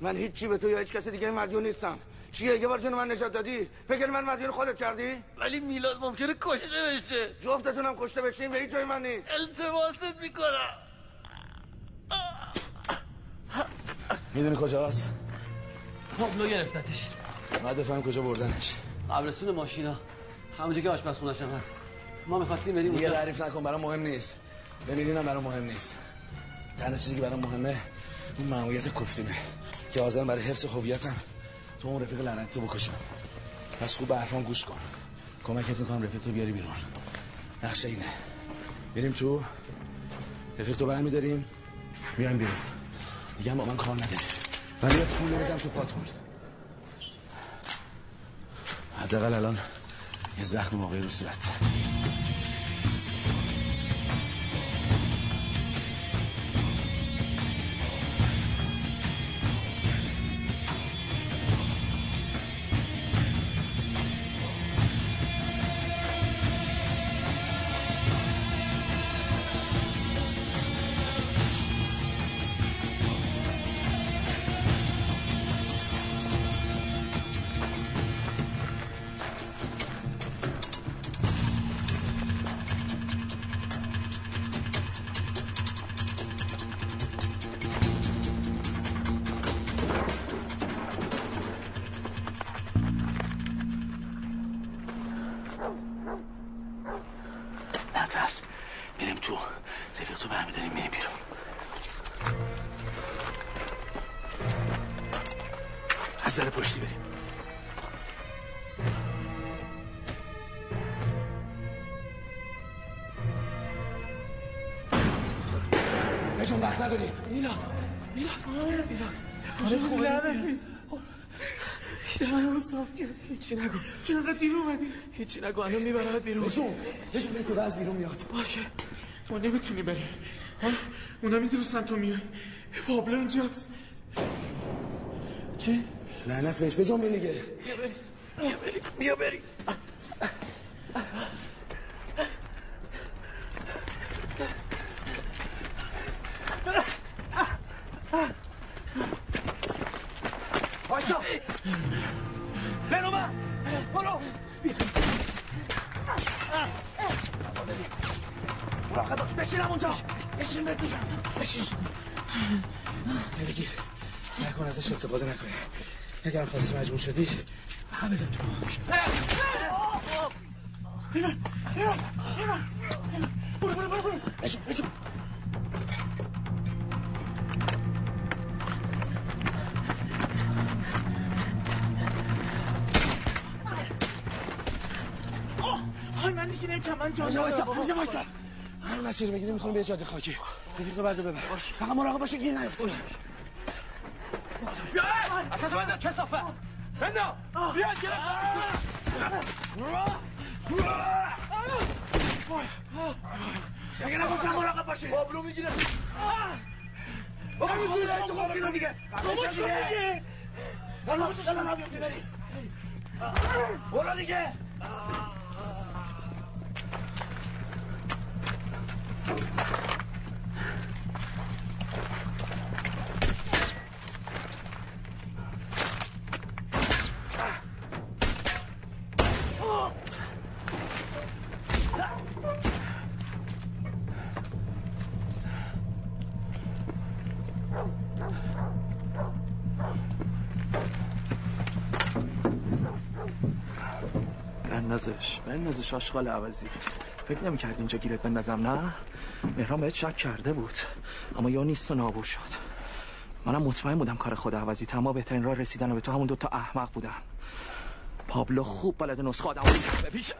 [SPEAKER 21] من هیچی به تو یا هیچ کسی دیگه مدیون نیستم چیه یه بار جون من نجات دادی فکر من مدیون خودت کردی
[SPEAKER 2] ولی میلاد ممکنه کشته بشه
[SPEAKER 21] جفتتونم کشته بشین به هیچ جای من نیست
[SPEAKER 2] التماست میکنم
[SPEAKER 21] میدونی کجاست
[SPEAKER 2] تابلو خب، گرفتتش
[SPEAKER 21] باید بفهم کجا بردنش
[SPEAKER 2] قبرستون ماشینا همونجا که آشپزخونه‌ش هم هست ما میخواستیم بریم
[SPEAKER 21] دیگه تعریف نکن برام مهم نیست بمیرینم برام مهم نیست تنها چیزی که برام مهمه اون معمولیت کفتیمه که حاضرم برای حفظ هویتم تو اون رفیق لعنتی رو بکشم پس خوب به حرفام گوش کن کمکت میکنم رفیق تو بیاری بیرون نقشه اینه بریم تو رفیق تو برمیداریم میایم بیرون دیگه هم با من کار نداری ولی یه پول بزن تو پاتون حداقل الان یه زخم واقعی رو صورت نترس بریم تو رفیق تو برمیداریم میریم بیرون از در پشتی بریم بجون وقت نداریم
[SPEAKER 2] میلاد میلاد میلاد
[SPEAKER 1] آره،
[SPEAKER 2] خوبه؟
[SPEAKER 1] لعنتی.
[SPEAKER 2] هیچی نگو هیچی نگو چرا انقدر دیر اومدی هیچی نگو الان میبرمت بیرون
[SPEAKER 21] بجون بجون بگو از بیرون میاد
[SPEAKER 2] باشه
[SPEAKER 1] ما نمیتونی بری ها؟ اونا میدونستن تو میای پابلو اینجاست
[SPEAKER 21] کی؟ لعنت بهش بجون بیا دیگه
[SPEAKER 2] بیا بریم بیا بریم
[SPEAKER 7] وایسا برو من برو مراقب باش بشینم اونجا بشین بهت بگم بشین
[SPEAKER 21] بگیر سعی کن ازش استفاده نکنی اگرم خواستی مجبور شدی هم بزن تو
[SPEAKER 7] برو برو برو برو
[SPEAKER 21] بجون بجون
[SPEAKER 1] های من دیگه نمیتونم من جا
[SPEAKER 21] اینجا وایسا
[SPEAKER 1] ندارم.
[SPEAKER 21] اینجا وایسا هر مسیر بگیری میخوام به یه جاده خاکی رفیق رو بعد ببر فقط مراقب باشه گیر نیفته
[SPEAKER 5] بیا اصلا تو بنده کسافه بنده بیا اگه نگفتم مراقب باشی پابلو میگیره بابا میگیره تو خودت رو دیگه بابا چی میگه الان بسش الان را بیفتی بری برو دیگه
[SPEAKER 23] بندازش بندازش آشغال عوضی فکر نمی کرد اینجا گیرت بندازم نه مهران بهت شک کرده بود اما یا نیست و نابور شد منم مطمئن بودم کار خود عوضی تما بهترین راه رسیدن و به تو همون دوتا احمق بودن پابلو خوب بلد نسخه آدم به پیش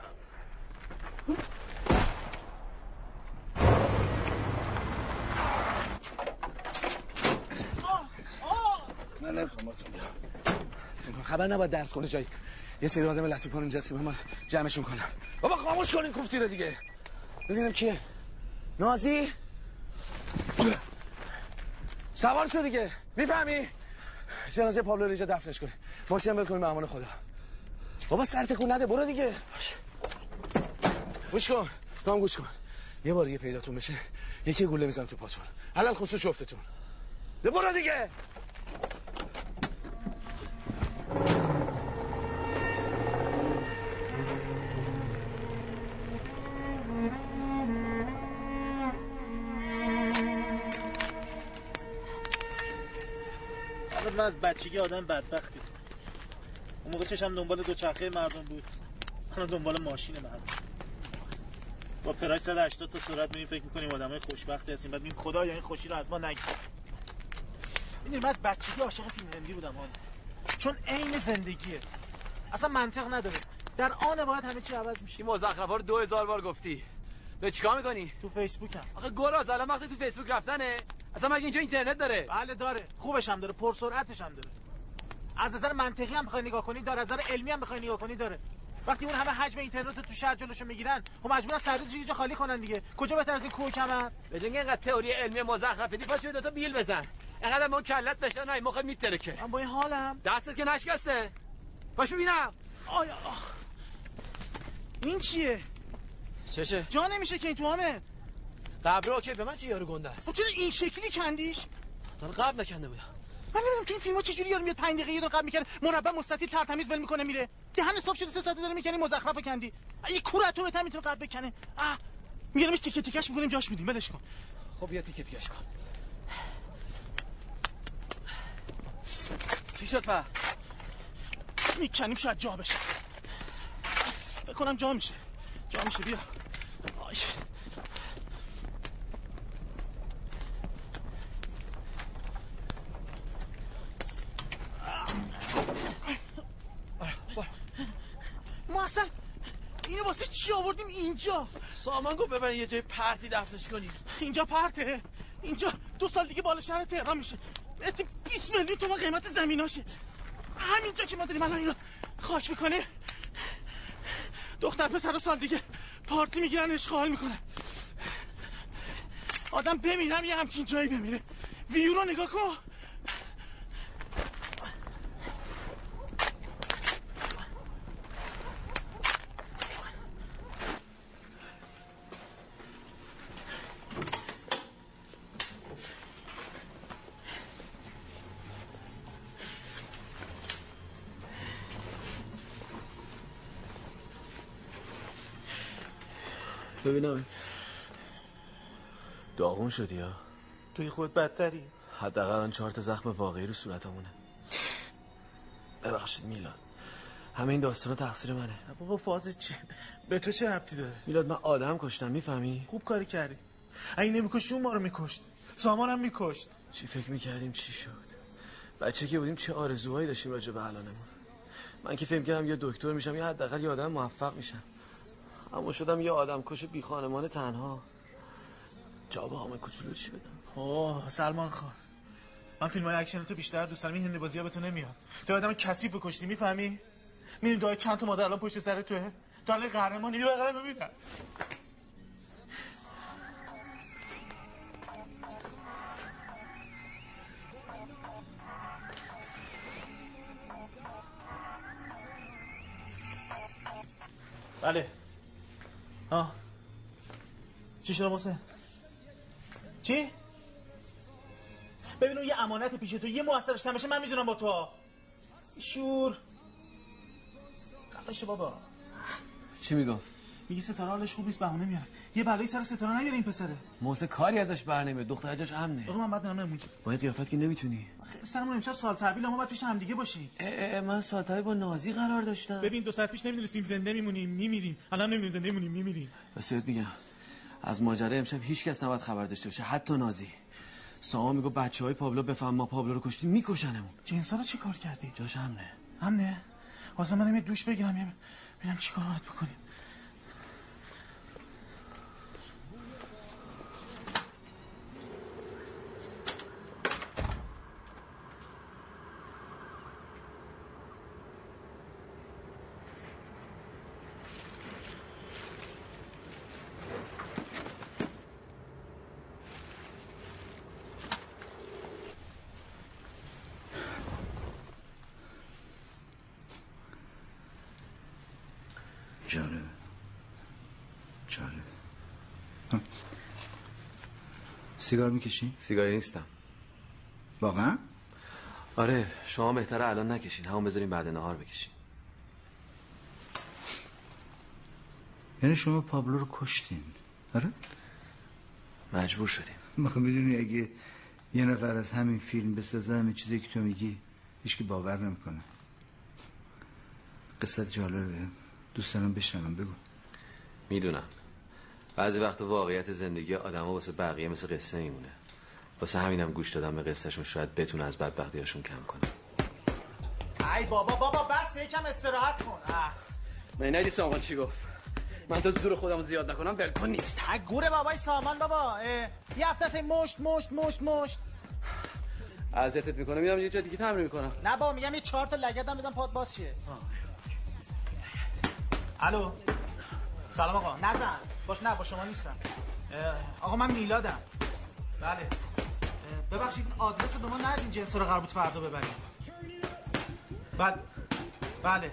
[SPEAKER 21] نه نمیخوام با تو میخوام خبر نباید درس کنه جایی یه سری آدم لطیفان اونجاست که من جمعشون کنم بابا خاموش کنین کوفتی رو دیگه ببینم کیه نازی سوار شو دیگه میفهمی جنازه پابلو رو اینجا دفنش کنی ماشین بکنی به امان خدا بابا سر تکون نده برو دیگه گوش کن تو هم گوش کن یه بار دیگه پیداتون بشه یکی گوله میزنم تو پاتون حلال خصوص شفتتون برو دیگه
[SPEAKER 1] آخه من خب، از بچگی آدم بدبختی بودم. اون موقع چشم دنبال دوچرخه مردم بود من دنبال ماشین مردم با پراج 180 تا سرعت میریم فکر میکنیم آدمای خوشبختی هستیم بعد میگیم خدایا این یعنی خوشی رو از ما نگیر میدونی من از بچگی عاشق فیلم هندی بودم آن چون عین زندگیه اصلا منطق نداره در آن باید همه چی عوض میشه
[SPEAKER 7] این مزخرفا رو 2000 بار گفتی به چیکار میکنی
[SPEAKER 1] تو فیسبوکم
[SPEAKER 7] آخه گراز الان وقت تو فیسبوک رفتنه اصلا مگه اینجا اینترنت داره
[SPEAKER 1] بله داره خوبش هم داره پر سرعتش هم داره از نظر منطقی هم بخوای نگاه کنی داره از نظر علمی هم بخوای نگاه کنی داره وقتی اون همه حجم اینترنت رو تو شهر جلوشو میگیرن خب مجبورن سرریز یه جا خالی کنن دیگه کجا بهتر از این کوه کمر
[SPEAKER 7] به جای اینکه اینقدر تئوری علمی مزخرف بدی پاش دو تا بیل بزن اینقدر ما کلت بشن نه مخ میترکه
[SPEAKER 1] من با این حالم
[SPEAKER 7] دستت که نشکسته باش ببینم
[SPEAKER 1] آیا آخ این چیه
[SPEAKER 7] چشه
[SPEAKER 1] جا نمیشه که این تو همه
[SPEAKER 7] قبره اوکی به من چه یارو گنده است
[SPEAKER 1] خب چرا این شکلی کندیش
[SPEAKER 7] تا الان قبل نکنده بودم
[SPEAKER 1] من نمیدونم تو این فیلم‌ها چجوری یارو میاد 5 دقیقه یه دور قبل میکنه مربع مستطیل ترتمیز ول میکنه میره دهن صاف شده سه ساعته داره میکنی مزخرف کندی یه کوره تو بهتر میتونه قد بکنه اه میگیرمش تیکه تیکش میکنیم جاش میدیم ولش کن
[SPEAKER 7] خب بیا تیکه تیکش کن چی شد په
[SPEAKER 1] میکنیم شاید جا بشه بکنم جا میشه جا میشه بیا آی ما اصلا اینو واسه چی آوردیم اینجا
[SPEAKER 7] سامان گفت ببین یه جای پرتی دفنش کنی
[SPEAKER 1] اینجا پرته اینجا دو سال دیگه بالا شهر تهران میشه بهت 20 میلیون تومن قیمت زمیناشه همینجا که ما داریم الان اینو خاک میکنه دختر پسر سال دیگه پارتی میگیرن اشغال میکنن آدم بمیرم یه همچین جایی بمیره ویو رو نگاه کن
[SPEAKER 2] ببینم داغون شدی ها
[SPEAKER 1] توی خود بدتری
[SPEAKER 2] حداقل آن چهار تا زخم واقعی رو صورتمونه ببخشید میلاد همه این داستان تقصیر منه
[SPEAKER 1] بابا فاز چی به تو چه ربطی داره
[SPEAKER 2] میلاد من آدم کشتم میفهمی
[SPEAKER 1] خوب کاری کردی اگه نمیکشی اون ما رو میکشت سامانم میکشت
[SPEAKER 2] چی فکر میکردیم چی شد بچه که بودیم چه آرزوهایی داشتیم راجع به الانمون من که فکر کردم یا دکتر میشم یا حداقل یه آدم موفق میشم اما شدم یه آدم کش بی خانمان تنها جواب همه کوچولو چی بدم
[SPEAKER 1] اوه سلمان خان من فیلم های اکشن تو بیشتر دوست دارم این هندی بازی ها به تو نمیاد تو آدم کثیف کشتی میفهمی میدونی داره چند تا مادر الان پشت سر توه داره قهرمانی بیا قهرمان میبینم بله آه چی شده محسن چی ببین اون یه امانت پیش تو یه موثرش کم بشه من میدونم با تو شور خفش بابا
[SPEAKER 2] چی میگفت
[SPEAKER 1] میگه ستاره حالش خوب نیست بهونه میاره یه بلایی سر ستاره نیاره این پسره
[SPEAKER 2] محسن کاری ازش بر نمیاد دختر جاش امنه
[SPEAKER 1] آقا من بعد نمیدونم اونجا
[SPEAKER 2] با این قیافت که نمیتونی
[SPEAKER 1] خیلی سرمون امشب سال تحویل ما باید پیش هم دیگه باشیم
[SPEAKER 2] من سال تحویل با نازی قرار داشتم
[SPEAKER 1] ببین دو ساعت پیش نمیدونستیم زنده میمونیم میمیریم الان نمیدونیم زنده میمونیم میمیریم
[SPEAKER 2] واسه بهت میگم از ماجرا امشب هیچ کس نباید خبر داشته باشه حتی نازی سامان میگه بچه های پابلو بفهم ما پابلو رو کشتیم میکشنمون
[SPEAKER 1] جنسا رو چی کار کردی
[SPEAKER 2] جاش امنه
[SPEAKER 1] امنه واسه منم یه دوش بگیرم یه ببینم چیکار باید بکنیم
[SPEAKER 5] جالبه جالبه سیگار میکشی؟
[SPEAKER 2] سیگاری نیستم
[SPEAKER 5] واقعا؟
[SPEAKER 2] آره شما بهتره الان نکشین همون بذارین بعد نهار بکشین
[SPEAKER 5] یعنی شما پابلو رو کشتین آره؟
[SPEAKER 2] مجبور شدیم
[SPEAKER 5] مخه میدونی اگه یه نفر از همین فیلم بسازه همین چیزی که تو میگی هیچکی باور نمیکنه قصت جالبه دوست دارم بشنوم بگو
[SPEAKER 2] میدونم بعضی وقت واقعیت زندگی آدما واسه بقیه مثل قصه میمونه واسه همینم گوش دادم به قصهشون شاید بتونه از بدبختیاشون کم کنه
[SPEAKER 1] ای بابا بابا بس یکم استراحت کن اه.
[SPEAKER 24] من ندی سامان چی گفت من تا زور خودم رو زیاد نکنم ولکن نیست
[SPEAKER 1] ای گوره بابای سامان بابا اه. یه هفته است این مشت مشت مشت مشت
[SPEAKER 24] اذیتت میکنه میرم یه جا دیگه تمرین میکنم
[SPEAKER 1] نه بابا میگم یه چهار تا لگدم بزن پات باز شه الو سلام آقا نزن باش نه با شما نیستم اه، آقا من میلادم بله اه، ببخشید این آدرس رو به ما ندین جنس رو قرار بود فردا ببریم بله بله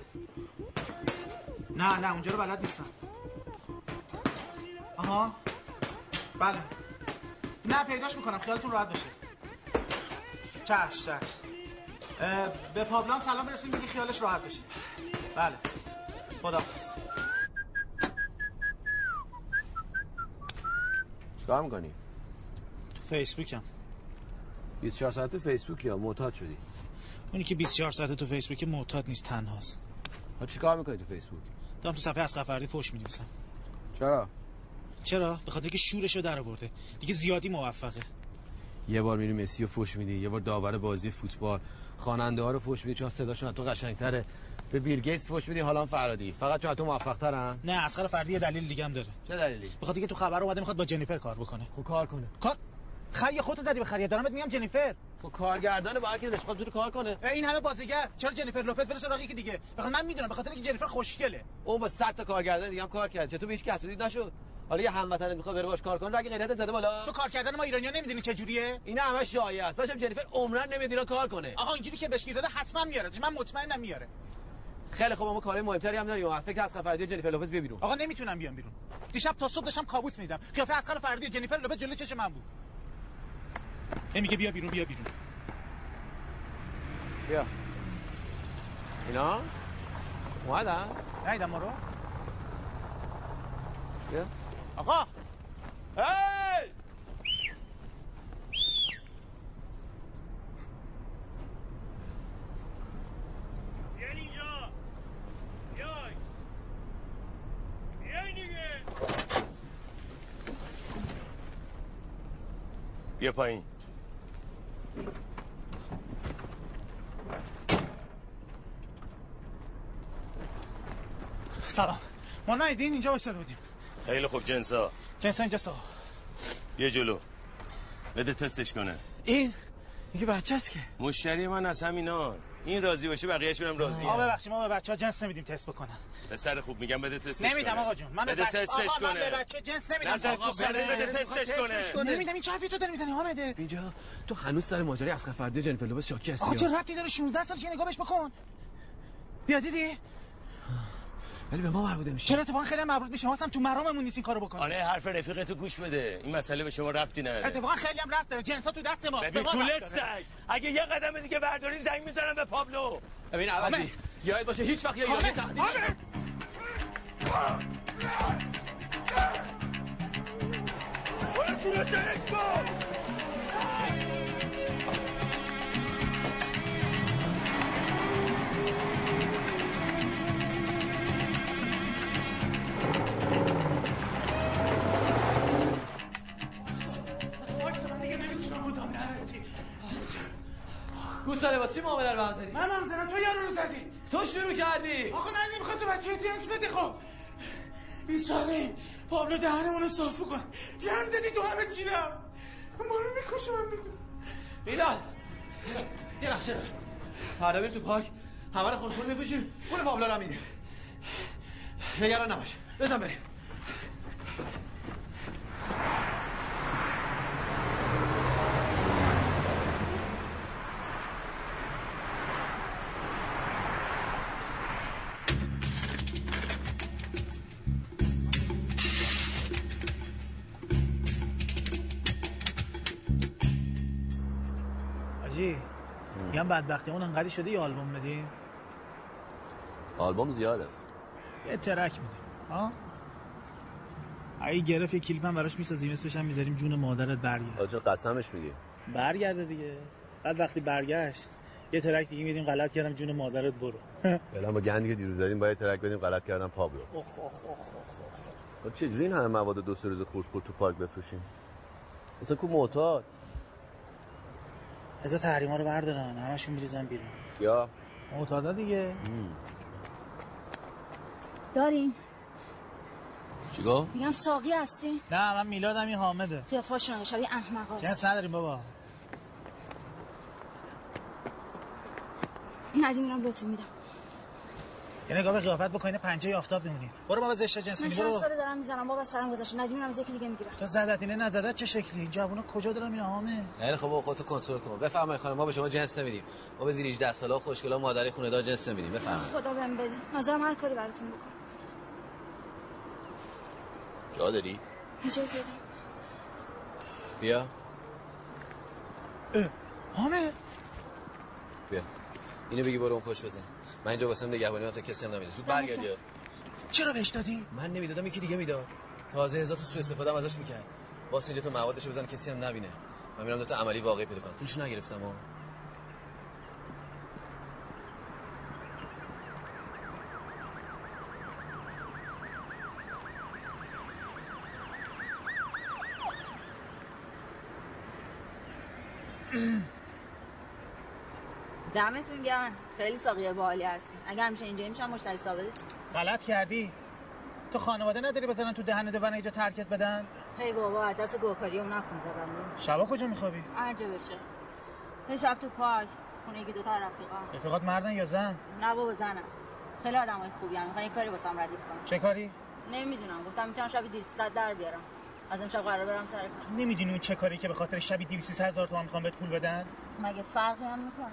[SPEAKER 1] نه نه اونجا رو بلد نیستم آها بله نه پیداش میکنم خیالتون راحت باشه چش چش اه، به پابلام سلام برسونید دیگه خیالش راحت بشه بله خداحافظ
[SPEAKER 2] چیکار میکنی
[SPEAKER 1] تو فیسبوکم
[SPEAKER 2] 24 ساعت تو فیسبوک یا معتاد شدی
[SPEAKER 1] اونی که 24 ساعت تو فیسبوک معتاد نیست تنهاست
[SPEAKER 2] ها چیکار میکنی تو فیسبوک
[SPEAKER 1] دارم تو صفحه از قفردی فوش می‌نویسم
[SPEAKER 2] چرا
[SPEAKER 1] چرا به خاطر که شورش رو در آورده دیگه زیادی موفقه
[SPEAKER 2] یه بار میری مسی رو فوش میدی یه بار داور بازی فوتبال خواننده ها رو فوش میدی چون صداشون از تو قشنگتره به بیل گیتس فوش میدی حالا هم فرادی فقط چون از تو موفق‌ترن
[SPEAKER 1] نه اسخر فردی یه دلیل دیگه هم داره
[SPEAKER 2] چه دلیلی
[SPEAKER 1] به خاطر که تو خبر اومده میخواد با جنیفر کار بکنه
[SPEAKER 2] خب کار کنه
[SPEAKER 1] کار خری خودت زدی به خریت دارم بهت میگم جنیفر
[SPEAKER 2] خب کارگردان با هر کی دلش بخواد بتونه کار کنه
[SPEAKER 1] این همه بازیگر چرا جنیفر لوپز بره سراغ یکی دیگه بخاطر من میدونم به خاطر اینکه جنیفر خوشگله
[SPEAKER 2] اون با 100 تا کارگردان دیگه هم کار کرد چطور به هیچ کس دید نشد حالا یه هموطنت میخواد بره باش کار کنه اگه غیرتت زده بالا
[SPEAKER 1] تو کار کردن ما ایرانی‌ها نمیدونی چه جوریه
[SPEAKER 2] اینا همش شایعه است باشم جنیفر عمرن نمیاد اینا کار کنه
[SPEAKER 1] آقا اینجوری که بهش گیر داده حتما میاره من مطمئنم میاره
[SPEAKER 2] خیلی خوب اما کارهای مهمتری هم داریم از فکر از خفردی جنیفر لوپز بیا بیرون
[SPEAKER 1] آقا نمیتونم بیام بیرون دیشب تا صبح داشتم کابوس میدیدم قیافه اسخر فردی و جنیفر لوپز جلوی چش من بود هی میگه بیا بیرون بیا بیرون
[SPEAKER 2] بیا اینا اومدن
[SPEAKER 1] نیدم ما رو
[SPEAKER 2] بیا
[SPEAKER 1] آقا
[SPEAKER 2] هی
[SPEAKER 7] بیاین اینجا بیاین بیاین دیگه
[SPEAKER 21] بیا پایین
[SPEAKER 1] سلام ما ندیدین اینجا وایساده بودیم
[SPEAKER 21] خیلی خوب جنسا
[SPEAKER 1] جنس اینجا سو
[SPEAKER 21] بیا جلو بده تستش کنه
[SPEAKER 2] این
[SPEAKER 21] میگه بچه است که مشتری من از همینان این راضی باشه بقیه‌شون هم راضی
[SPEAKER 25] آقا ببخشید ما به بچه‌ها جنس نمیدیم تست بکنن
[SPEAKER 21] پسر خوب میگم بده تستش
[SPEAKER 25] نمیدم
[SPEAKER 21] کنه.
[SPEAKER 25] آقا جون من به
[SPEAKER 21] بده
[SPEAKER 25] بچه-
[SPEAKER 21] تستش
[SPEAKER 25] آقا من
[SPEAKER 21] کنه
[SPEAKER 25] به بچه جنس نمیدم
[SPEAKER 21] نزن تو سرت، بده تستش کنه.
[SPEAKER 25] نمیدم این چه حرفی تو داری میزنی حامده
[SPEAKER 8] اینجا تو هنوز سر ماجرای اسخر فردی و جنیفر لوپز شاکی هستی
[SPEAKER 25] آقا چه
[SPEAKER 8] ها.
[SPEAKER 25] ربطی داره 16 سال چه نگاه بهش بکن بیا دیدی
[SPEAKER 8] ولی به ما مربوطه میشه
[SPEAKER 25] چرا تو با خیلی مربوط میشه واسم تو مراممون نیست این کارو بکن
[SPEAKER 21] آره حرف رفیقتو گوش بده این مسئله به شما ربطی نداره
[SPEAKER 25] اتفاقا خیلی هم ربط داره جنسا تو دست ما
[SPEAKER 21] ببین تو لسک اگه یه قدم دیگه برداری زنگ میزنم به پابلو
[SPEAKER 2] ببین عوضی یاد باشه هیچ وقت یه یاد گوساله با چی معامله رو هم زدی؟
[SPEAKER 7] من هم زدم تو یارو رو زدی
[SPEAKER 2] تو شروع کردی
[SPEAKER 7] آقا نه نمیخواست بچه جنس بده خب بیچاره ایم پابلو دهنمون رو صاف کن جمع زدی تو همه چی رفت ما رو میکشه من میدونم
[SPEAKER 2] میلاد یه نقشه دارم فردا بریم تو پارک همه رو خورخور میفوشیم پول پابلو رو هم میدیم نگران نباش بزن بریم
[SPEAKER 1] آجی میگم بدبختی اون انقدی شده یه آلبوم بدیم
[SPEAKER 3] آلبوم زیاده
[SPEAKER 1] یه ترک میدیم ها اگه گرفت یه کلیپ هم براش میسازیم اسمش هم میذاریم جون مادرت برگرد
[SPEAKER 3] آجا قسمش میدی
[SPEAKER 1] برگرده دیگه بعد وقتی برگشت یه ترک دیگه میدیم غلط کردم جون مادرت برو
[SPEAKER 3] بلن با گندی که دیروز زدیم باید ترک بدیم غلط کردم پابلو
[SPEAKER 1] اخ اخ اخ اخ اخ.
[SPEAKER 3] خب چه جوری این همه مواد دو سه روز خورد خورد تو پارک بفروشیم مثلا کو معتاد
[SPEAKER 1] از تحریما رو بردارن همشون میریزن بیرون
[SPEAKER 3] یا
[SPEAKER 1] معتادا دیگه
[SPEAKER 9] داریم
[SPEAKER 3] چیکار
[SPEAKER 9] میگم ساقی هستی
[SPEAKER 1] نه من میلادم این حامده
[SPEAKER 9] قیافا شاهنشاهی احمق
[SPEAKER 1] جنس
[SPEAKER 9] هست
[SPEAKER 1] نداریم بابا
[SPEAKER 9] ندیم رو بهتون میدم
[SPEAKER 1] یه نگاه به قیافت بکنه پنجه آفتاب بمونی برو بابا زشت جنس
[SPEAKER 9] من
[SPEAKER 1] میدی
[SPEAKER 9] چند
[SPEAKER 1] برو
[SPEAKER 9] ساله دارم میزنم بابا از سرم گذاشته ندیم رو از یکی دیگه میگیرم
[SPEAKER 1] تو زدت اینه نزدت چه شکلی جوونا کجا دارم این حامه
[SPEAKER 2] خیلی خب بابا خودتو کنترل کن بفرمایید خانم ما به شما جنس نمیدیم ما به زیر 18 سالا خوشگلا مادری خونه دار جنس نمیدیم بفرمایید
[SPEAKER 9] خدا بهم بده نظرم هر کاری براتون بکنم
[SPEAKER 2] جا داری
[SPEAKER 9] یه جایی داریم.
[SPEAKER 2] بیا
[SPEAKER 1] حامه
[SPEAKER 2] بیا اینو بگی برو اون پشت بزن من اینجا واسم نگهبانی هم تا کسی هم نمیده زود برگرد یا
[SPEAKER 1] چرا بهش دادی
[SPEAKER 2] من نمیدادم یکی دیگه میداد تازه هزار تو سوء استفاده هم ازش میکرد واسه اینجا تو موادشو بزن کسی هم نبینه من میرم دو تا عملی واقعی پیدا کنم پولشو نگرفتم ها
[SPEAKER 19] دمتون گرم خیلی ساقیه باحالی هستی اگه همیشه اینجایی میشم مشتری ثابتی
[SPEAKER 1] غلط کردی تو خانواده نداری بزنن تو دهن دو اینجا ترکت بدن
[SPEAKER 19] هی بابا از دست گوکاری اون نکن زبم
[SPEAKER 1] شبا کجا میخوابی
[SPEAKER 19] هر جا بشه یه شب تو پارک خونه یکی دوتا رفیقا
[SPEAKER 1] رفیقات مردن یا زن
[SPEAKER 19] نه بابا زنم خیلی آدم های خوبی هم میخوان یه کاری واسم ردیف کنم
[SPEAKER 1] چه کاری
[SPEAKER 19] نمیدونم گفتم میتونم شب 200 در بیارم از امشب قرار برم سر کار
[SPEAKER 1] نمیدونی اون چه کاری که به خاطر شبی 200 هزار تومان میخوام بهت پول بدن
[SPEAKER 19] مگه فرقی هم میکنه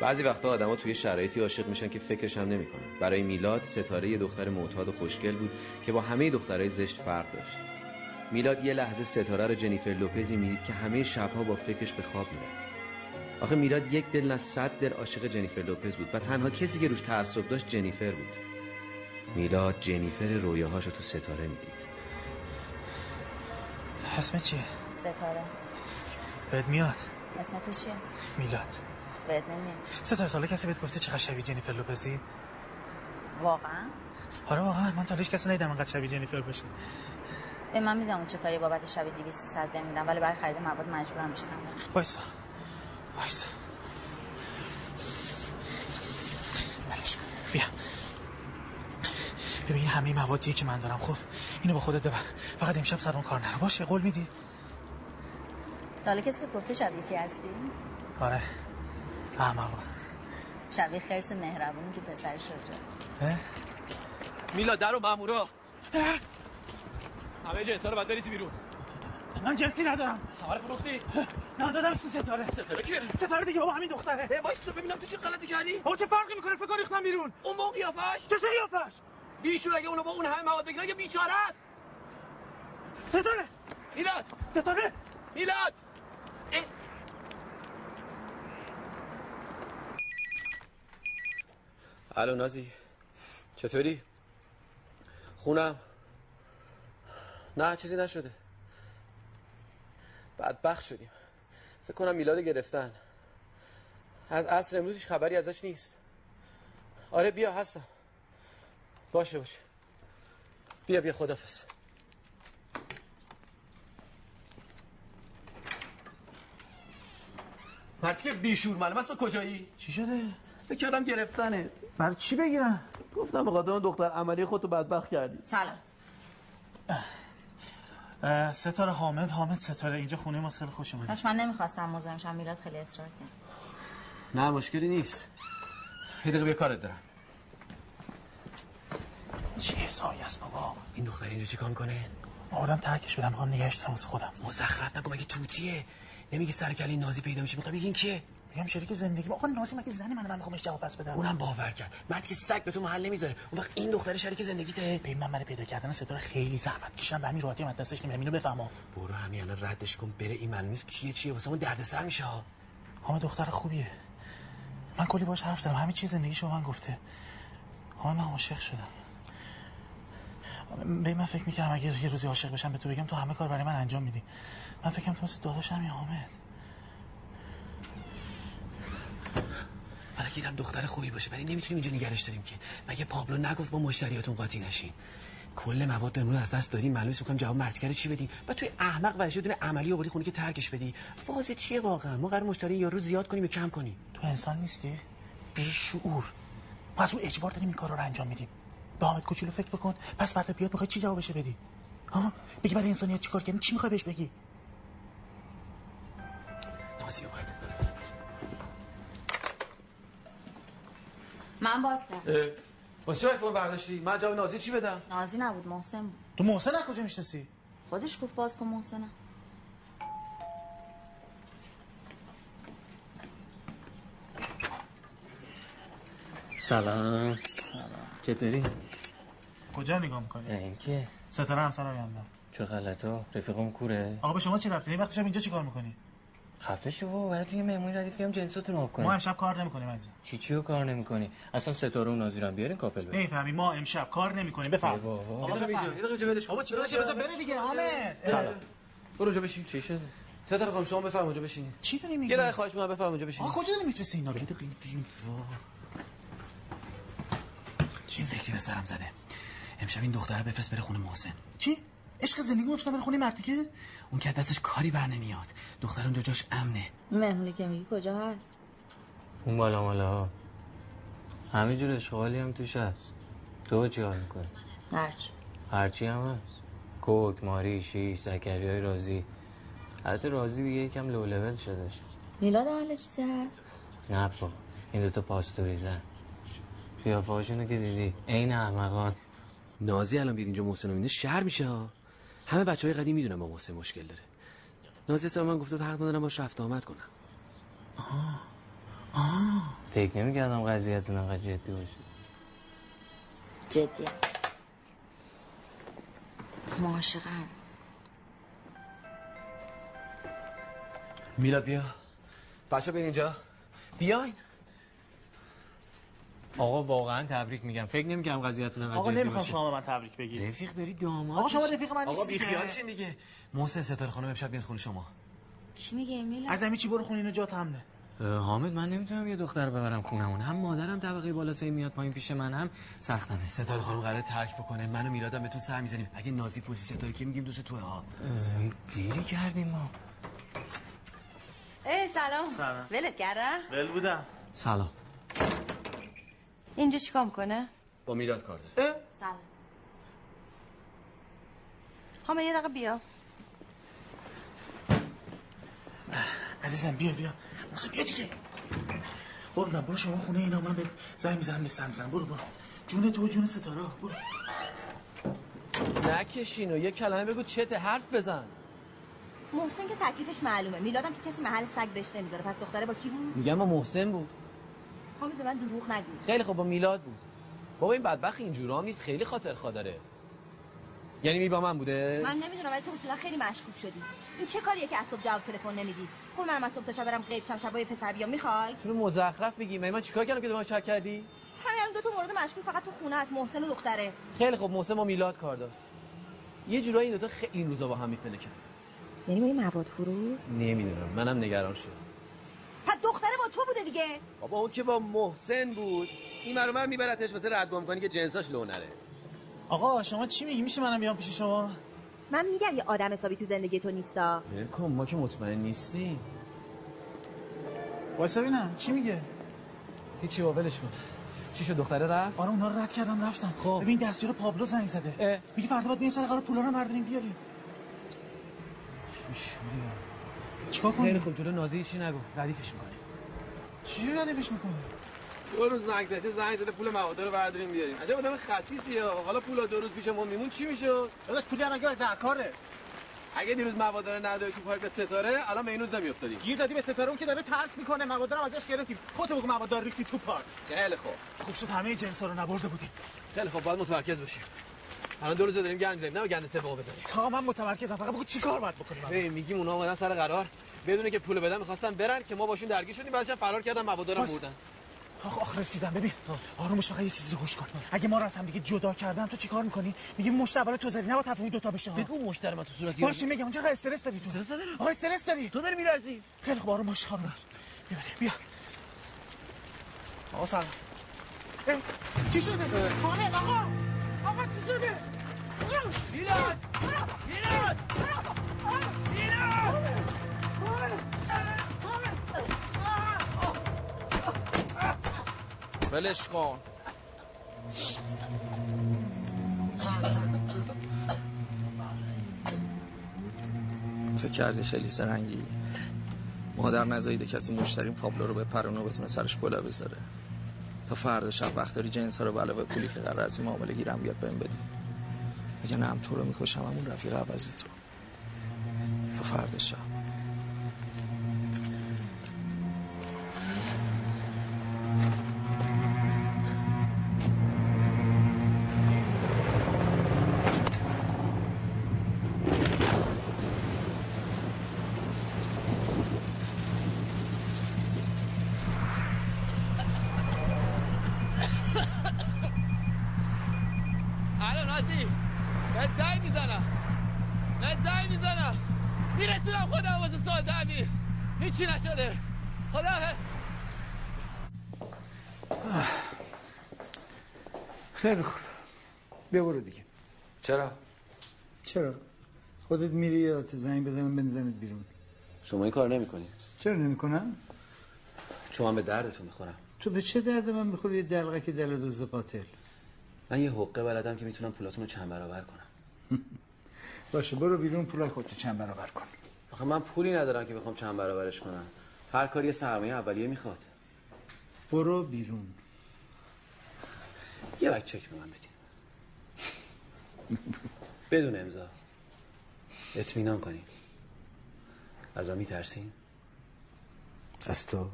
[SPEAKER 3] بعضی وقتا آدما توی شرایطی عاشق میشن که فکرش هم نمیکنن برای میلاد ستاره یه دختر معتاد و خوشگل بود که با همه دخترای زشت فرق داشت میلاد یه لحظه ستاره رو جنیفر لوپزی میدید که همه شبها با فکرش به خواب میرفت آخه میلاد یک دل نه صد دل عاشق جنیفر لوپز بود و تنها کسی که روش تعصب داشت جنیفر بود میلاد جنیفر رویاهاشو تو ستاره میدید
[SPEAKER 1] اسم چیه
[SPEAKER 19] ستاره
[SPEAKER 1] بهت میاد
[SPEAKER 19] اسم تو چیه
[SPEAKER 1] میلاد
[SPEAKER 19] بهت نمیاد
[SPEAKER 1] ستاره ساله کسی بهت گفته چقدر شبیه جنیفر لوپزی
[SPEAKER 19] واقعا
[SPEAKER 1] آره واقعا من تا حالا هیچ کسی ندیدم انقدر شبیه جنیفر باشه
[SPEAKER 19] به من میدونم اون چه کاری بابت شب 200 300 بهم میدم ولی برای خرید مواد مجبورم بیشتر بدم.
[SPEAKER 1] وایسا وایسا بیا ببین این همه موادیه که من دارم خب اینو با خودت ببر فقط امشب سر اون کار نرو باشه قول میدی
[SPEAKER 19] تا حالا کسی که گفته شبیه کی هستی
[SPEAKER 1] آره فهم آقا
[SPEAKER 19] شبیه خرس مهربونی که پسرش شجاع
[SPEAKER 2] میلا در و مامورا همه جنسا رو باید بریزی بیرون
[SPEAKER 7] من جنسی ندارم
[SPEAKER 2] همه رو فروختی
[SPEAKER 7] نه دادم سو ستاره
[SPEAKER 2] ستاره کیه؟
[SPEAKER 7] ستاره دیگه بابا همین دختره
[SPEAKER 2] اه، وایس تو ببینم تو چه غلطی کردی
[SPEAKER 7] او چه فرقی میکنه فکر کن ریختم بیرون
[SPEAKER 2] اون با اون قیافش
[SPEAKER 7] چه قیافش
[SPEAKER 2] بیشون اگه اونو با اون همه مواد بگیرن که بیچاره است
[SPEAKER 7] ستاره
[SPEAKER 2] میلاد
[SPEAKER 7] ستاره
[SPEAKER 2] میلاد اه. الو نازی چطوری؟ خونم نه چیزی نشده بدبخت شدیم فکر کنم میلاد گرفتن از عصر امروز هیچ خبری ازش نیست آره بیا هستم باشه باشه بیا بیا خدافز مرتی که بیشور معلوم است تو کجایی؟
[SPEAKER 26] چی شده؟
[SPEAKER 2] فکر کردم گرفتنه
[SPEAKER 26] برای چی بگیرم؟
[SPEAKER 2] گفتم بخاطر اون دختر عملی خودتو بدبخت کردی
[SPEAKER 19] سلام
[SPEAKER 1] اه، ستاره حامد حامد ستاره اینجا خونه ما خیلی خوش اومدی
[SPEAKER 19] کاش من نمیخواستم موضوع شم میلاد خیلی اصرار کرد
[SPEAKER 2] نه مشکلی نیست یه دقیقه بیا کارت دارم
[SPEAKER 1] چه حسابی است بابا
[SPEAKER 2] این دختر اینجا چیکار میکنه
[SPEAKER 1] آوردم ترکش بدم میخوام نگهش دارم واسه خودم
[SPEAKER 2] مزخرف نکن مگه توتیه نمیگی سر کله این نازی پیدا میشه میخوای بگی این کیه
[SPEAKER 1] میگم شریک زندگی آقا نازی مگه زن منه من میخوام بهش جواب پس بدم
[SPEAKER 2] اونم باور کرد مردی که سگ به تو محل نمیذاره اون وقت این دختر شریک زندگیته
[SPEAKER 1] ببین من برای پیدا کردن ستاره خیلی زحمت کشیدم به همین راحتی من دستش نمیرم اینو بفهمم
[SPEAKER 2] برو همین الان ردش کن بره این معلوم نیست کیه چیه واسه ما دردسر میشه ها
[SPEAKER 1] حامد دختر خوبیه من کلی باش حرف زدم همه چیز زندگیشو به من گفته حامد من عاشق شدم به من فکر میکردم اگه یه روزی عاشق بشم به تو بگم تو همه کار برای من انجام میدی من فکرم تو مثل داداشم یا حامد
[SPEAKER 2] برای گیرم دختر خوبی باشه ولی نمیتونیم اینجا نگرش داریم که مگه پابلو نگفت با مشتریاتون قاطی نشین کل مواد امروز از دست دادیم معلومه میکنم جواب مرتکر چی بدیم و توی احمق ورش دونه عملی آوردی خونه که ترکش بدی فاز چیه واقعا ما قرار مشتری یا رو زیاد کنیم یا کم کنیم
[SPEAKER 1] تو انسان نیستی بیشعور پس رو اجبار داریم این کار رو انجام میدیم به حامد کوچولو فکر بکن پس فردا بیاد میخوای چی جوابش بدی ها بگی برای انسانیت چیکار کردی چی میخوای بهش بگی
[SPEAKER 2] نازی اومد
[SPEAKER 19] من باز کردم
[SPEAKER 2] واسه آیفون برداشتی من جواب نازی چی بدم
[SPEAKER 19] نازی نبود محسن بود
[SPEAKER 1] تو محسن از کجا میشناسی
[SPEAKER 19] خودش گفت باز کن محسنم
[SPEAKER 27] سلام چطوری؟
[SPEAKER 1] کجا نگاه میکنی
[SPEAKER 27] اینکه
[SPEAKER 1] ستاره همسر آیندم
[SPEAKER 27] چه غلط ها رفیقم کوره
[SPEAKER 1] آقا به شما چی ربطی وقتی شب اینجا چیکار میکنی
[SPEAKER 27] خفه شو بابا برای توی مهمونی ردیف کردم جنساتون آب
[SPEAKER 1] ما
[SPEAKER 27] کنم
[SPEAKER 1] امشب کار نمیکنیم عزیز
[SPEAKER 27] چی چی رو کار نمیکنی اصلا ستاره و نازیرم بیارین کاپل بده
[SPEAKER 1] نمیفهمی ما امشب کار نمیکنیم بفهم
[SPEAKER 27] بابا
[SPEAKER 2] بابا چی
[SPEAKER 1] بشه بذار بره دیگه حامد
[SPEAKER 2] سلام برو اونجا بشین
[SPEAKER 27] چی شده
[SPEAKER 2] ستاره خانم شما بفرم اونجا بشین
[SPEAKER 1] چی داری میگی
[SPEAKER 2] یه دقیقه خواهش می‌کنم بفرم اونجا بشین
[SPEAKER 1] آقا کجا داری میفرستی اینا رو
[SPEAKER 2] چی فکری به سرم زده امشب این دختره بفرست بره خونه محسن
[SPEAKER 1] چی عشق زندگی گفتم بره خونه مرتیکه
[SPEAKER 2] اون که از دستش کاری بر نمیاد دختر اونجا جاش امنه
[SPEAKER 19] مهمونی که میگی کجا هست
[SPEAKER 27] اون بالا مالا ها همه جور اشغالی هم توش هست تو با چی حال میکنی؟
[SPEAKER 19] هرچی
[SPEAKER 27] هرچی هم هست کوک، ماری، شیش، زکریای رازی حتی رازی دیگه یکم لو لول شده
[SPEAKER 19] میلاد اهل چیزی هست
[SPEAKER 27] نه بابا این دوتا پاستوریزن قیافه هاشونو که دیدی عین احمقان
[SPEAKER 28] نازی الان بیاد اینجا محسن رو میبینه شهر میشه ها همه بچه های قدیم میدونن با محسن مشکل داره نازی اصلا من گفته بود حق ندارم باش رفت آمد کنم
[SPEAKER 27] فکر نمیکردم قضیهتون انقدر جدی باشه
[SPEAKER 19] جدی معاشقم
[SPEAKER 2] میلا بیا بچه بیاین اینجا بیاین
[SPEAKER 27] آقا واقعا تبریک میگم فکر نمیکردم قضیهتون انقدر
[SPEAKER 1] آقا
[SPEAKER 27] جدی
[SPEAKER 1] نمیخوام
[SPEAKER 27] باشه.
[SPEAKER 1] شما به من تبریک بگی
[SPEAKER 27] رفیق داری داماد
[SPEAKER 1] آقا شما رفیق من
[SPEAKER 2] آقا
[SPEAKER 1] نیستی
[SPEAKER 2] بی
[SPEAKER 1] که.
[SPEAKER 2] خیال شین دیگه محسن ستاره خانم امشب میاد خونه شما
[SPEAKER 19] چی میگه میلاد
[SPEAKER 1] از همین چی برو خونه اینو جات حمله
[SPEAKER 27] اه، حامد من نمیتونم یه دختر ببرم خونمون هم مادرم طبقه بالا سه میاد پایین پیش من هم سختمه
[SPEAKER 2] ستاره خانم قراره ترک بکنه من و میلادم بهتون سر میزنیم اگه نازی پوزی ستاره که میگیم دوست توه ها
[SPEAKER 27] اه، گیری کردیم ما
[SPEAKER 12] ای سلام
[SPEAKER 1] سلام.
[SPEAKER 12] ولت کردم
[SPEAKER 1] ول بودم
[SPEAKER 27] سلام
[SPEAKER 12] اینجا چیکار میکنه
[SPEAKER 3] با میلاد کار داره
[SPEAKER 12] سلام حامد یه دقیقه بیا
[SPEAKER 1] عزیزم بیا بیا محسن بیا دیگه قربونم برو شما خونه اینا من بهت زنگ میزنم سر میزنم برو برو جون تو و جون ستاره برو
[SPEAKER 2] نکشین و یه کلمه بگو چته حرف بزن
[SPEAKER 12] محسن که تکلیفش معلومه میلادم که کسی محل سگ بهش نمیذاره پس دختره با کی بود
[SPEAKER 2] میگم با محسن بود
[SPEAKER 12] حامد به خب من دروغ نگو
[SPEAKER 2] خیلی خوب با میلاد بود بابا این بدبخت اینجورا هم نیست خیلی خاطر خادره یعنی می با من بوده
[SPEAKER 12] من نمیدونم ولی تو اصولا خیلی مشکوک شدی این چه کاریه که از صبح جواب تلفن نمیدی خب منم از صبح تا شب برم غیب شم شبای پسر بیام میخوای
[SPEAKER 2] چون مزخرف میگی من من چیکار کردم که دوام شک کردی
[SPEAKER 12] همین الان دو تا مورد مشکوک فقط تو خونه هست محسن و دختره
[SPEAKER 2] خیلی خوب محسن با میلاد کار داشت یه جورایی این دوتا خیلی این روزا با هم میپلکن
[SPEAKER 12] یعنی ما این مواد فروش
[SPEAKER 2] نمیدونم منم نگران شدم
[SPEAKER 12] پس دختره با تو بوده دیگه
[SPEAKER 2] بابا اون که با محسن بود این مرو من میبرتش واسه رد گم کنی که جنساش لو نره
[SPEAKER 1] آقا شما چی میگی میشه منم بیام پیش شما
[SPEAKER 12] من میگم یه آدم حسابی تو زندگی تو نیستا
[SPEAKER 2] ول کن ما که مطمئن نیستیم
[SPEAKER 1] وایسا ببینم چی میگه
[SPEAKER 2] هیچی با ولش کن چی شد دختره رفت
[SPEAKER 1] آره اونا رو رد کردم رفتم خب ببین دستیار پابلو زنگ زده میگه فردا باید بیاین سر قرار پولا رو برداریم بیاریم چیکار کنیم
[SPEAKER 2] خیلی خوب جلو نازی چی نگو ردیفش میکنی
[SPEAKER 1] چی ردیفش میکنی
[SPEAKER 2] دو روز نگذشته زنگ زده پول مواده رو برداریم بیاریم عجب آدم خسیسی ها حالا پولا دو روز پیش ما میمون چی میشه
[SPEAKER 1] داداش پولی هم اگه در کاره
[SPEAKER 2] اگه دیروز مواده رو نداری تو پارک ستاره الان به این روز نمیافتادی
[SPEAKER 1] گیر دادی به ستاره اون که داره ترک میکنه مواد رو ازش گرفتیم خودت بگو مواد رو ریختی تو پارک
[SPEAKER 2] خیلی خوب
[SPEAKER 1] خوب خب، شد همه جنسا رو نبرده بودیم
[SPEAKER 2] خیلی خوب باید متمرکز باشیم الان دو روز داریم گند میزنیم نه گند سوم بزنیم
[SPEAKER 1] آقا من متمرکزم فقط بگو چیکار باید بکنیم
[SPEAKER 2] ببین میگیم اونا اومدن سر قرار بدونه که پول بدن میخواستن برن که ما باشون درگیر شدیم بعدش هم فرار کردن مواد رو
[SPEAKER 1] باش.
[SPEAKER 2] بردن
[SPEAKER 1] آخ آخ رسیدم ببین آرومش فقط یه چیزی رو گوش کن اگه ما رو از هم دیگه جدا کردن تو چیکار میکنی میگی مشت اول تو زدی نباید تفاهمی دو تا بشه
[SPEAKER 2] بگو مشتر من تو صورت
[SPEAKER 1] باشه میگم اونجا قرار استرس داری تو
[SPEAKER 2] استرس دارم؟
[SPEAKER 1] آقا استرس داری
[SPEAKER 2] تو داری میلرزی
[SPEAKER 1] خیلی خوب آروم باش آروم باش. بیا بریم، بیا آقا سلام اه، چی شده
[SPEAKER 7] حامد آره، آقا آقا چی شده میلاد میلاد
[SPEAKER 2] آره.
[SPEAKER 7] میلاد
[SPEAKER 29] ولش کن
[SPEAKER 30] فکر کردی خیلی سرنگی مادر نزاییده کسی مشتریم پابلو رو به پرونو بتونه سرش کلا بذاره تا فردا شب وقت داری جنس رو به علاوه پولی که قرار از این معامله گیرم بیاد بهم بدی اگه نه هم تو رو میکشم همون رفیق عوضی تو تا فردا شب
[SPEAKER 2] الان آجی من زنگ میزنم من زنگ میزنم میرسونم خودم واسه سال دمی هیچی نشده خدا حافظ.
[SPEAKER 5] خیلی خوب بیا برو دیگه
[SPEAKER 3] چرا
[SPEAKER 5] چرا خودت میری یا زنگ بزنم بنزنت بیرون
[SPEAKER 3] شما این کار نمیکنی
[SPEAKER 5] چرا نمیکنم
[SPEAKER 3] چون من به دردتون میخورم
[SPEAKER 5] تو به چه درد من میخوری یه دلقه که دل دزد قاتل
[SPEAKER 3] من یه حقه بلدم که میتونم پولاتون رو چند برابر کنم
[SPEAKER 5] باشه برو بیرون پول خودتو چند برابر کن
[SPEAKER 3] آخه من پولی ندارم که بخوام چند برابرش کنم هر کاری یه سرمایه اولیه میخواد
[SPEAKER 5] برو بیرون
[SPEAKER 3] یه وقت چک به من بدین بدون امضا اطمینان کنین از من میترسین
[SPEAKER 5] از تو